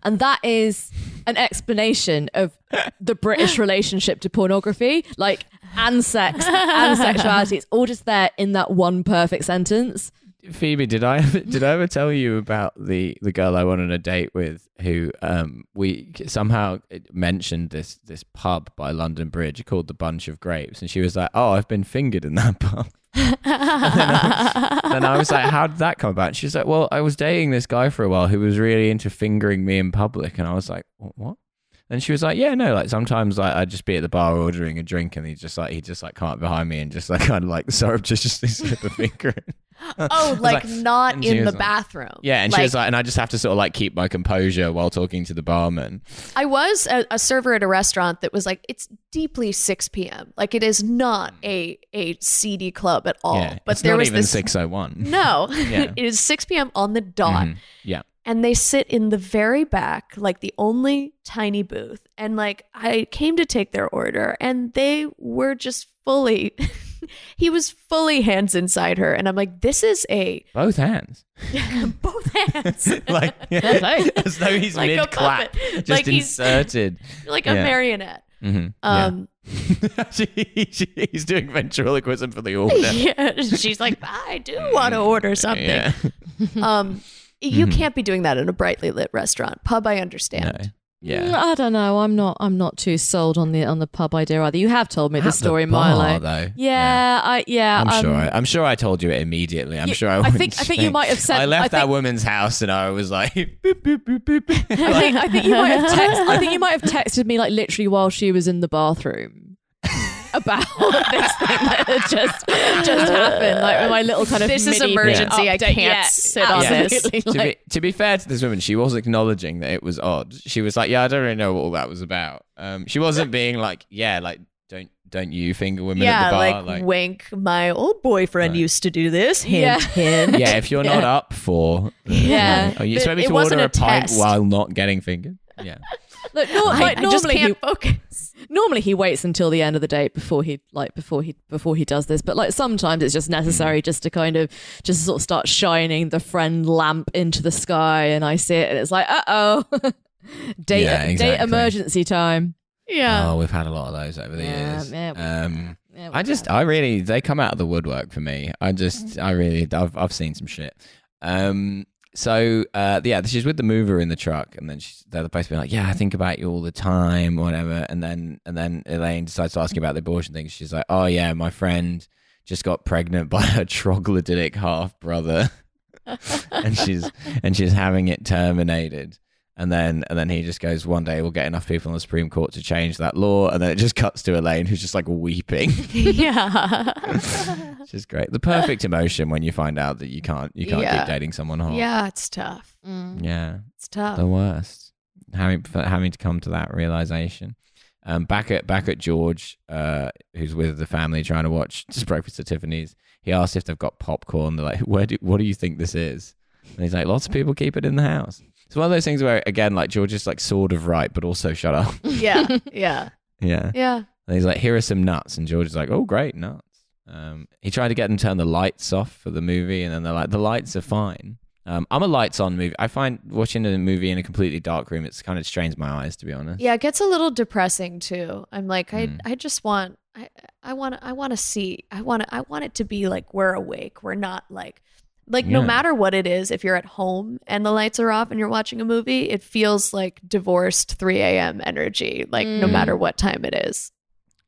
C: And that is an explanation of the British relationship to pornography, like and sex and sexuality. It's all just there in that one perfect sentence.
A: Phoebe, did I ever, did I ever tell you about the the girl I went on a date with who um we somehow mentioned this this pub by London Bridge called the Bunch of Grapes, and she was like, "Oh, I've been fingered in that pub." and I was like, "How did that come about?" She's like, "Well, I was dating this guy for a while who was really into fingering me in public," and I was like, "Wh- "What?" And she was like, "Yeah, no, like sometimes like I'd just be at the bar ordering a drink, and he just like he just like come up behind me and just like kind of like surreptitiously slip a finger." in."
B: Oh, like,
A: like-
B: not
A: and she
B: in the
A: was like-
B: bathroom.
A: Yeah, and she was like, and I just have to sort of like keep my composure while talking to the barman.
B: I was a, a server at a restaurant that was like, it's deeply 6 p.m. Like, it is not a a seedy club at all.
A: Mm. yeah,
B: Oh, but
A: it's
B: there
A: not
B: was
A: even
B: this.
A: six oh one.
B: No,
A: Yeah. Mm-hmm.
B: it is 6 p.m. on the dot.
A: Yeah,
B: and they sit in the very back, like the only tiny booth. And like I came to take their order, and they were just fully, he was fully hands inside her. And I'm like, this is a
A: both hands.
B: both hands.
A: like, yeah, as though he's
B: Like a
A: mid clap,
B: puppet.
A: just
B: Like he's-
A: inserted.
B: like a
A: Yeah.
B: marionette.
A: Mm-hmm.
B: Um,
A: she, she- he's doing ventriloquism for the order.
B: yeah. she's like, I do want to order something.
A: Mm-hmm. Yeah. Mm-hmm.
B: Um, you can't be doing that in a brightly lit restaurant. Pub, I understand.
A: No. Yeah.
C: Mm, I don't know. I'm not. I'm not too sold on the on the pub idea either. You have told me
A: At
C: this story,
A: the bar,
C: Milo.
A: though.
C: Yeah, I yeah.
A: I'm
C: um,
A: sure. I, I'm sure I told you it immediately. I'm
C: you-
A: sure I.
C: I
A: wouldn't
C: think- I think you
A: say-
C: might have said-
A: I left
C: I
A: that
C: think-
A: woman's house and I was like, boop, boop, boop, boop, boop.
C: I think, I think you might have text, I think you might have texted me like literally while she was in the bathroom about this thing that had just just happened. Like with my little kind of
B: This is
C: MIDI
B: emergency. I
C: update.
B: can't
C: Yeah,
B: sit on this.
C: absolutely,
A: to,
C: like-
A: be, to be fair to this woman, she was acknowledging that it was odd. She was like, "Yeah, I don't really know what all that was about." Um, she wasn't being like, "Yeah, like don't don't you finger women at
B: Yeah,
A: the bar."
B: like, wink. My old boyfriend
A: Right.
B: used to do this. Hint,
C: Yeah.
B: hint.
A: yeah, if you're not up for,
C: Yeah.
A: oh, you
B: But
A: expect me
B: it
A: to
B: wasn't
A: order a,
B: a
A: pint
B: test.
A: while not getting fingered? Yeah,
C: Look, nor-
B: I,
C: like,
B: I just
C: normally,
B: can't
C: he,
B: focus.
C: normally he waits until the end of the date before he like before he before he does this. But like sometimes it's just necessary just to kind of just sort of start shining the friend lamp into the sky, and I see it, and it's like, uh oh, date
A: Yeah,
C: date
A: exactly.
C: emergency time.
B: Yeah.
A: oh, we've had a lot of those over the
C: Yeah,
A: years.
C: yeah, we-
A: um,
C: Yeah,
A: I just, I really, they come out of the woodwork for me. I just, I really, I've, I've seen some shit. Um, so, uh, yeah, she's with the mover in the truck, and then she's, they're both being like, "Yeah, I think about you all the time, whatever." And then, and then Elaine decides to ask you about the abortion thing. She's like, "Oh yeah, my friend just got pregnant by her troglodytic half brother, and she's, and she's having it terminated." And then, and then he just goes, "One day we'll get enough people on the Supreme Court to change that law." And then it just cuts to Elaine, who's just like weeping.
B: yeah.
A: Which is great. The perfect emotion when you find out that you can't you can't
B: Yeah.
A: keep dating someone hot.
B: Yeah, it's tough.
A: Yeah.
B: It's tough.
A: The worst. Having for having to come to that realization. Um, back at back at George, uh, who's with the family trying to watch just breakfast at Tiffany's. He asks if they've got popcorn. They're like, "Where do what do you think this is?" And he's like, "Lots of people keep it in the house." It's one of those things where again, like George is like sort of right, but also shut up.
B: yeah. Yeah.
A: Yeah.
B: Yeah.
A: And he's like, here are some nuts. And George is like, oh, great, nuts. Um, he tried to get them to turn the lights off for the movie. And then they're like, the lights are fine. Um, I'm a lights on movie. I find watching a movie in a completely dark room, it's kind of strains my eyes, to be honest.
B: Yeah, it gets a little depressing too. I'm like, I
A: Mm.
B: I just want I I want I want to see. I want I want it to be like we're awake. We're not like like no
A: Yeah.
B: matter what it is, if you're at home and the lights are off and you're watching a movie, it feels like divorced 3 a.m. energy, like no
C: Mm.
B: matter what time it is.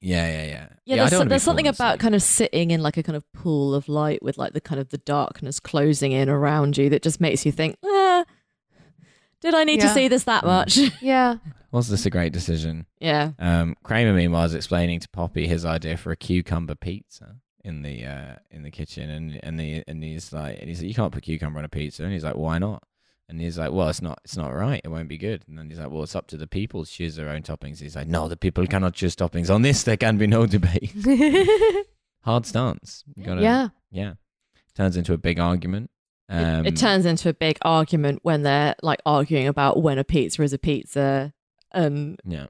A: Yeah, yeah, yeah.
C: Yeah,
A: I don't
C: there's, so-
A: wanna be
C: there's something
A: falling
C: about
A: asleep.
C: kind of sitting in like a kind of pool of light with like the kind of the darkness closing in around you that just makes you think, eh, "Ah, Did I need to
B: Yeah.
C: see this
A: Mm.
C: that much?
B: Yeah.
A: Was this a great decision?
C: yeah.
A: Um, Kramer, meanwhile, is explaining to Poppy his idea for a cucumber pizza in the uh, in the kitchen, and and the and he's like, and he's like, you can't put cucumber on a pizza, and he's like, why not? And he's like, well, it's not it's not right. It won't be good. And then he's like, well, it's up to the people to choose their own toppings. He's like, no, the people cannot choose toppings on this. There can be no debate. Hard stance. You gotta-
B: yeah.
A: yeah. Turns into a big argument. Um,
C: it, it turns into a big argument when they're like arguing about when a pizza is a pizza. And
A: Yeah.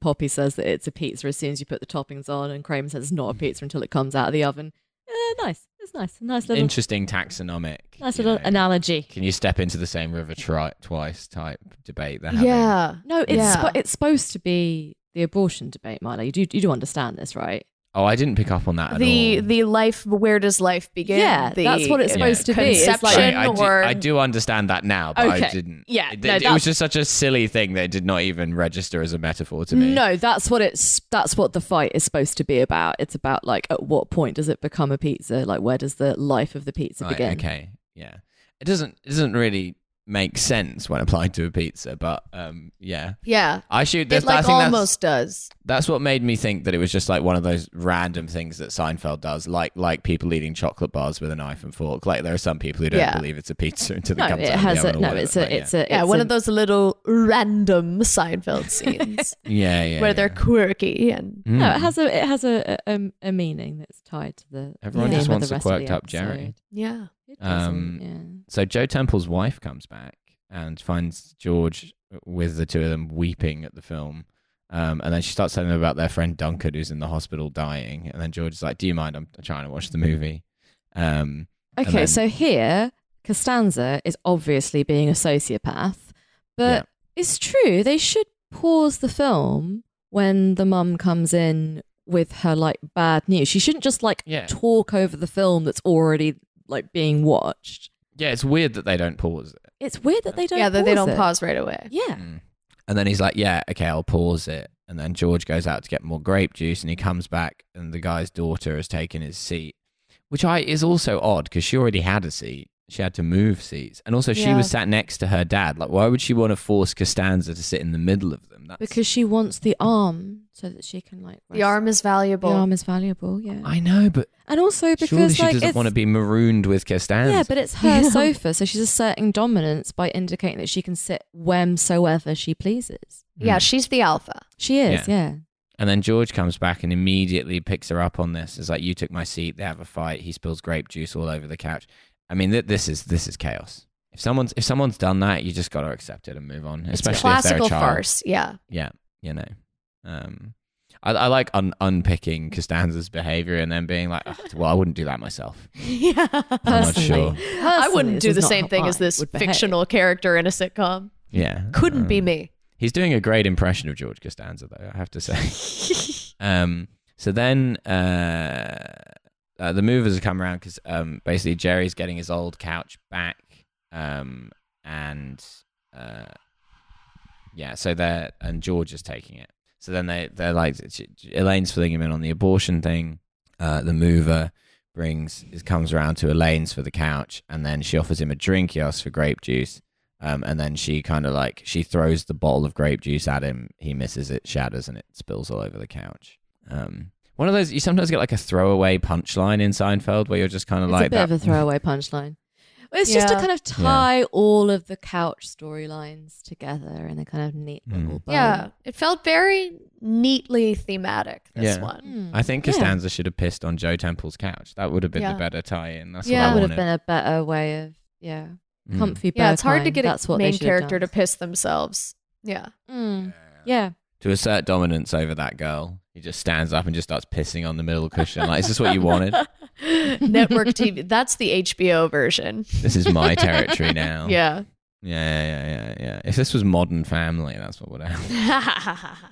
C: Poppy says that it's a pizza as soon as you put the toppings on, and Kramer says it's not a pizza until it comes out of the oven. Uh, nice. It's nice. Nice little,
A: Interesting taxonomic.
C: nice
A: you
C: little
A: know.
C: analogy.
A: Can you step into the same river tri- twice type debate? They're having?
B: Yeah.
C: No, it's
B: Yeah.
C: spo- it's supposed to be the abortion debate, Marla. You do you do understand this, right?
A: Oh, I didn't pick up on that at
B: The
A: all.
B: the life where does life begin?
C: Yeah,
B: The
C: that's what it's supposed to be. It's like-
B: Conception
A: Sorry, I, do,
B: or
A: I do understand that now, but I
C: Okay.
A: didn't.
C: Yeah,
A: it,
C: no,
A: it- it was
C: that's-
A: just such a silly thing that it did not even register as a metaphor to me.
C: No, that's what it's that's what the fight is supposed to be about. It's about like at what point does it become a pizza? Like where does the life of the pizza
A: Right,
C: begin?
A: okay, yeah, it doesn't it doesn't really make sense when applied to a pizza, but um, yeah,
B: yeah.
A: I shoot.
B: It
A: That's, I
B: like
A: think that's-
B: almost does.
A: That's what made me think that it was just like one of those random things that Seinfeld does, like like people eating chocolate bars with a knife and fork. Like there are some people who don't
B: Yeah.
A: believe it's a pizza until
C: No,
A: it comes
C: it
A: out. of the
C: has a
A: oven or
C: no.
A: whatever.
C: It's a
A: Like, yeah.
C: it's a
B: Yeah,
C: it's
B: one
C: a-
B: of those little random Seinfeld scenes
A: yeah, yeah,
B: where
A: yeah.
B: they're quirky and
A: Mm.
C: No, it has a it has a a, um, a meaning that's tied to the.
A: Everyone
C: theme
B: just
C: of the
A: wants to
C: rest of the
A: quirked up Jerry.
C: episode.
B: yeah.
C: It doesn't,
A: Um,
C: yeah.
A: So Joe Temple's wife comes back and finds George with the two of them weeping at the film. Um, and then she starts telling them about their friend Duncan, who's in the hospital dying. And then George is like, "Do you mind? I'm trying to watch the movie." Um, and
C: Okay,
A: then-
C: so here Costanza is obviously being a sociopath, but it's true they should pause the film when the mum comes in with her like bad news. She shouldn't just like
A: yeah,
C: talk over the film that's already like being watched.
A: yeah. It's weird that they don't pause it.
C: It's weird that they don't.
B: yeah, that they don't
C: it.
B: pause right away.
C: Yeah,
A: Mm. And then he's like, "Yeah, okay, I'll pause it." And then George goes out to get more grape juice, and he comes back, and the guy's daughter has taken his seat, which I is also odd because she already had a seat. She had to move seats, and also she
B: Yeah.
A: was sat next to her dad. Like, why would she want to force Costanza to sit in the middle of them? That's,
C: because she wants the arm so that she can like
B: The
C: rest-
B: arm is
C: The
B: valuable.
C: arm is valuable. Yeah.
A: I know, but
C: And also
A: surely
C: because
A: she
C: like
A: doesn't
C: it's,
A: want to be marooned with Costanza.
C: yeah, but it's her
B: Yeah.
C: sofa, so she's asserting dominance by indicating that she can sit whomsoever she pleases.
A: Mm. Hmm.
B: yeah, she's the alpha.
C: She is, yeah.
A: And then George comes back and immediately picks her up on this. It's like you took my seat. They have a fight. He spills grape juice all over the couch. I mean, th- this is this is chaos. If someone's if someone's done that, you just got to accept it and move on. Especially
B: it's classical
A: if they're a child.
B: farce. Yeah.
A: Yeah, you know. Um, I, I like un- unpicking Costanza's behavior and then being like, "Ugh, well, I wouldn't do that myself.
B: Yeah.
A: I'm not
C: Personally.
A: sure.
B: I
C: Personally,
B: wouldn't
C: this
B: do
C: is
B: the
C: not
B: same
C: how
B: thing
C: I
B: as this
C: would behave.
B: fictional character in a sitcom.
A: Yeah,
B: Couldn't
A: um,
B: be me.
A: He's doing a great impression of George Costanza, though. I have to say. Um, so then uh, uh, the movers have come around because um, basically Jerry's getting his old couch back, um, and uh, yeah, so they're and George is taking it. So then they they're like she- she- Elaine's filling him in on the abortion thing. Uh, the mover brings is comes around to Elaine's for the couch, and then she offers him a drink. He asks for grape juice. Um, and then she kind of like she throws the bottle of grape juice at him. He misses it, shatters, and it spills all over the couch. Um, one of those you sometimes get like a throwaway punchline in Seinfeld where you're just kind of
C: It's
A: like
C: a bit
A: that.
C: of a throwaway punchline. It's just to
B: Yeah.
C: kind of tie all of the couch storylines together in a kind of neat
A: Mm.
C: little bow.
B: Yeah. It felt very neatly thematic, this
A: Yeah.
B: one.
C: Mm.
A: I think
C: Yeah.
A: Costanza should have pissed on Joe Temple's couch. That would have been
B: Yeah.
A: the better tie-in. That's
B: Yeah.
A: what I
C: that would have
A: wanted.
C: been a better way of yeah
A: Mm.
C: comfy.
B: Yeah, it's hard to
C: Berghain.
B: get a
C: That's what they
B: main
C: should have
B: character to
C: done.
B: piss themselves. Yeah.
C: Mm. Yeah,
A: to assert dominance over that girl. He just stands up and just starts pissing on the middle cushion. Like, is this what you wanted?
B: Network TV. That's the HBO version.
A: This is my territory now.
B: Yeah.
A: Yeah, yeah, yeah, yeah, yeah. If this was Modern Family, that's what would happen.
B: yeah.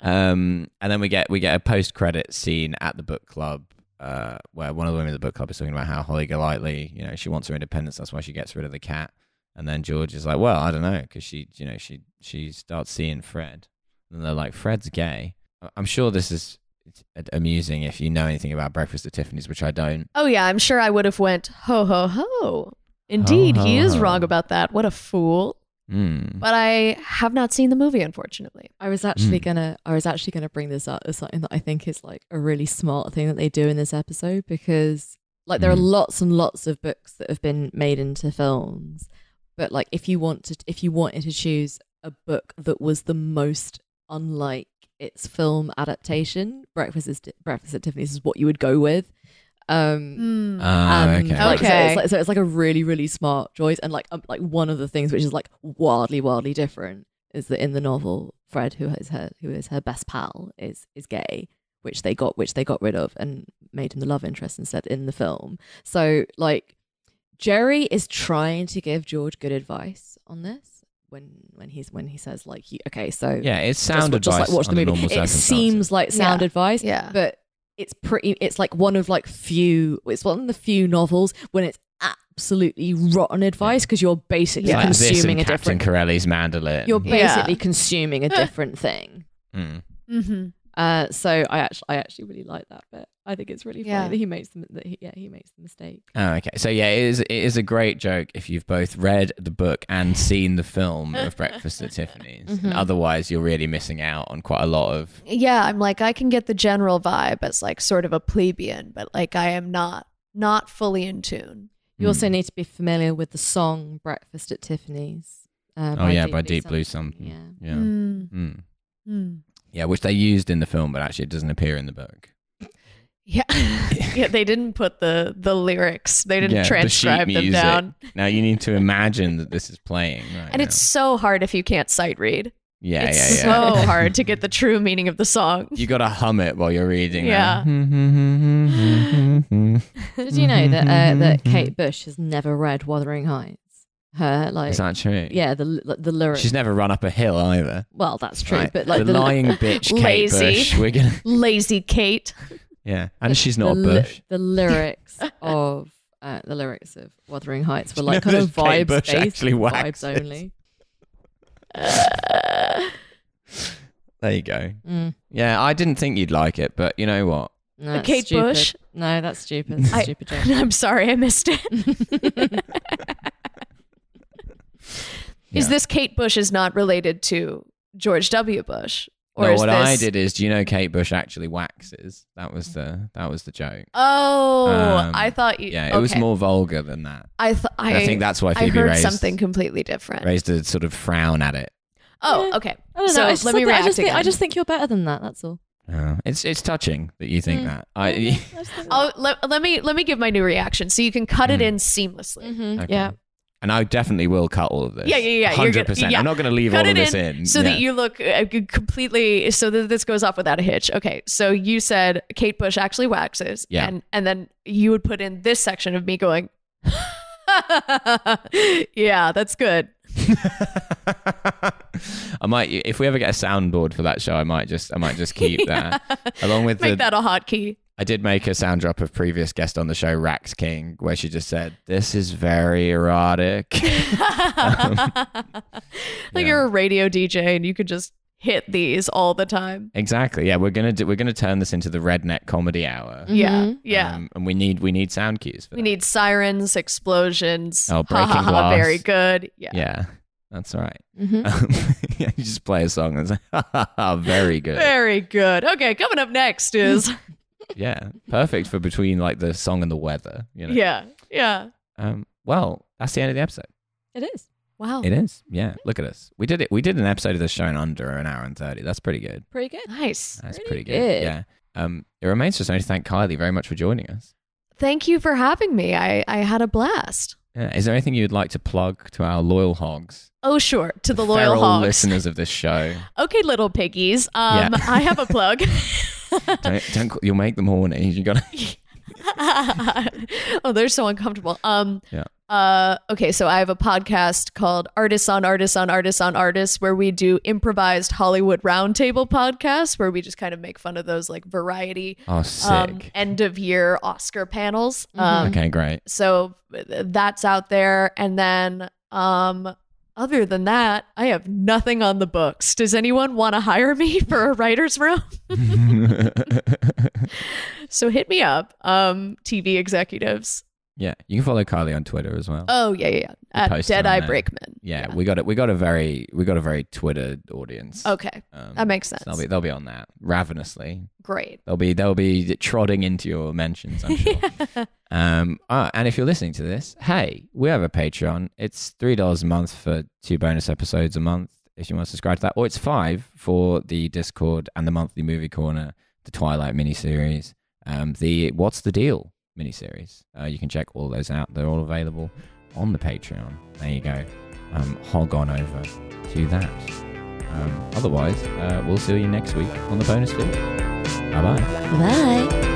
A: Um, and then we get we get a post credit scene at the book club, uh, where one of the women at the book club is talking about how Holly Golightly, you know, she wants her independence. That's why she gets rid of the cat. And then George is like, well, I don't know, because she, you know, she she starts seeing Fred, and they're like, Fred's gay. I- I'm sure this is a- amusing if you know anything about Breakfast at Tiffany's, which I don't.
B: Oh yeah, I'm sure I would have went ho ho ho. Indeed,
A: Ho,
B: he
A: ho,
B: is
A: ho.
B: wrong about that. What a fool.
A: Mm.
B: but I have not seen the movie, unfortunately.
C: I was actually
A: Mm.
C: gonna I was actually gonna bring this up as something that I think is like a really smart thing that they do in this episode because like there are
A: Mm.
C: lots and lots of books that have been made into films. But like if you want to if you wanted to choose a book that was the most unlike its film adaptation, Breakfast is Breakfast at Tiffany's is what you would go with. Um
A: Ah,
C: and
A: okay.
C: like, so
B: Okay.
C: it's like, so it's like a really, really smart choice. And like, um, like one of the things which is like wildly, wildly different is that in the novel, Fred, who is her, who is her best pal, is is gay, which they got, which they got rid of and made him the love interest instead in the film. So like, Jerry is trying to give George good advice on this when when he's when he says like, you, okay, so
A: Yeah, it's
C: just-
A: sound
C: just,
A: advice.
C: like watch the
A: under
C: movie.
A: normal
C: It
A: circumstances.
C: seems like sound
B: Yeah.
C: advice
B: Yeah.
C: but it's pretty it's like one of like few it's one of the few novels when it's absolutely rotten advice because you're basically
A: It's like this and
C: consuming a
A: Captain
C: different
A: Corelli's mandolin.
C: you're
B: Yeah.
C: basically consuming a different thing
A: Mm.
B: hmm
C: uh so i actually i actually really like that bit i think it's really funny
B: Yeah.
C: that he makes the that he, yeah he makes the mistake
A: Oh, okay. So yeah, it is. It is a great joke if you've both read the book and seen the film of Breakfast at Tiffany's.
C: Mhm.
A: And otherwise, you're really missing out on quite a lot of.
B: Yeah, I'm like I can get the general vibe as like sort of a plebeian, but like I am not not fully in tune.
C: you also
A: Mm.
C: need to be familiar with the song breakfast at tiffany's uh,
A: oh yeah, by Deep Blue Hmm. Something.
C: yeah
A: Yeah.
B: Mm,
A: Mm.
B: mm.
A: Yeah, which they used in the film, but actually it doesn't appear in the book.
B: Yeah. yeah, they didn't put the the lyrics. They didn't
A: Yeah, the sheet
B: transcribe them
A: music.
B: down.
A: Now you need to imagine that this is playing, right?
B: And
A: now.
B: it's so hard if you can't sight read.
A: yeah,
B: it's
A: yeah, yeah.
B: so hard to get the true meaning of the song.
A: You gotta hum it while you're reading. Hmm,
B: Yeah.
A: that.
C: Did you know that uh, that Kate Bush has never read Wuthering Heights? Her like,
A: Is that true?
C: yeah, the the, the lyrics.
A: She's never run up a hill either.
C: well, that's true,
A: Right.
C: but like
A: the, lying bitch, Kate
B: Lazy.
A: Bush. We're gonna,
B: Lazy Kate.
A: yeah, and she's
C: the
A: not a
C: ly-
A: bush.
C: the lyrics of uh, the lyrics of Wuthering Heights were like
A: know
C: kind of
A: that Kate
C: vibes
A: Bush
C: based,
A: actually waxes?
C: vibes only.
B: Uh,
A: There you go.
C: Mm,
A: Yeah, I didn't think you'd like it, but you know what?
C: no, that's
B: Kate
C: stupid.
B: Bush?
C: No, that's stupid. That's a
B: I-
C: stupid joke.
B: I'm sorry I missed it. Is
A: Yeah.
B: this Kate Bush is not related to George W. Bush? Or
A: no,
B: is
A: what
B: this...
A: I did is, do you know Kate Bush actually waxes? That was the that was the joke.
B: Oh,
A: Um,
B: I thought you.
A: Yeah, it was
B: okay.
A: more vulgar than that.
B: I th-
A: And
B: I,
A: I, think that's why
B: I
A: Phoebe
B: heard
A: raised
B: something completely different.
A: raised a sort of frown at it.
B: Oh,
C: Yeah.
B: okay.
C: I don't know.
B: So
C: I just,
B: let me
C: I
B: react
C: just think,
B: again.
C: I just think you're better than that. That's all.
A: Uh, it's it's touching that you think
C: Mm.
A: that.
C: I
A: I
C: just think
B: Oh, let, let me let me give my new reaction so you can cut it
A: Mm.
B: in seamlessly.
C: Mhm,
A: okay.
C: Yeah.
A: And I definitely will cut all of this.
B: Mm-hmm. Yeah, yeah, yeah, you're
A: Hundred
B: gonna-
A: percent.
B: yeah.
A: I'm not going to leave
B: Cut
A: all of
B: it
A: this
B: in,
A: in,
B: so
A: yeah.
B: that you look uh, g- completely so that this goes off without a hitch. Okay, so you said Kate Bush actually waxes,
A: Yeah.
B: and and then you would put in this section of me going, yeah, that's good.
A: I might if we ever get a soundboard for that show, I might just I might just keep that along with
B: Make
A: the
B: that a hotkey.
A: I did make a sound drop of previous guest on the show, Rax King, where she just said, "This is very erotic."
B: Like
A: yeah.
B: you're a radio DJ and you could just hit these all the time.
A: exactly. Yeah, we're gonna do, we're gonna turn this into the redneck comedy hour.
B: Yeah,
C: Mhm.
B: Mm, yeah.
A: Um, and we need we need sound cues for
B: we
A: that.
B: need sirens, explosions.
A: Oh,
B: Ha, ha,
A: breaking
B: ha,
A: glass.
B: Very good. Yeah.
A: Yeah, that's all right.
C: mhm.
A: Um, yeah, you just play a song and it's like, very good.
B: Very good. Okay, coming up next is
A: Yeah, perfect for between like the song and the weather. You know.
B: yeah, yeah.
A: Um, well, that's the end of the episode.
C: It is.
B: Wow,
A: It is. Yeah. Look at us. We did it. We did an episode of the show in under an hour and thirty. That's pretty good.
C: Pretty good.
B: nice.
A: That's
C: Pretty
A: pretty, good.
C: good.
A: Yeah. Um, it remains for us only to thank Kylie very much for joining us.
B: Thank you for having me. I I had a blast.
A: Yeah. Is there anything you'd like to plug to our loyal hogs?
B: Oh sure, to the, loyal
A: feral
B: hogs.
A: listeners of this show.
B: Okay, little piggies. Um,
A: Yeah.
B: I have a plug.
A: Don't, don't call- you'll make them horny. You gotta
B: oh, they're so uncomfortable. Um,
A: Yeah.
B: Uh, okay, so I have a podcast called Artists on Artists on Artists on Artists, where we do improvised Hollywood roundtable podcasts, where we just kind of make fun of those like variety
A: Oh
B: um,
A: sick.
B: end of year Oscar panels.
C: Mhm.
B: Um,
A: okay, great.
B: so th- that's out there, and then um. Other than that, I have nothing on the books. Does anyone want to hire me for a writer's room? So hit me up, um, TV executives.
A: Yeah, you can follow Kylie on Twitter as well.
B: Oh yeah, yeah, yeah. At
A: post it on
B: Dead Eye
A: there.
B: Brakeman.
A: yeah,
B: yeah.
A: we got it. We got a very we got a very Twitter audience.
B: Okay,
A: um,
B: that makes
A: so
B: sense.
A: They'll be they'll be on that ravenously.
B: Great.
A: They'll be they'll be trotting into your mentions. I'm sure. Um, ah, and if you're listening to this, hey, we have a Patreon. It's three dollars a month for two bonus episodes a month if you want to subscribe to that, or it's five for the Discord and the monthly movie corner, the Twilight miniseries, um, the What's the Deal miniseries. Uh, you can check all those out. They're all available on the Patreon. There you go. Um, hog on over to that. Um, otherwise, uh, we'll see you next week on the bonus film. Bye bye.
C: Bye.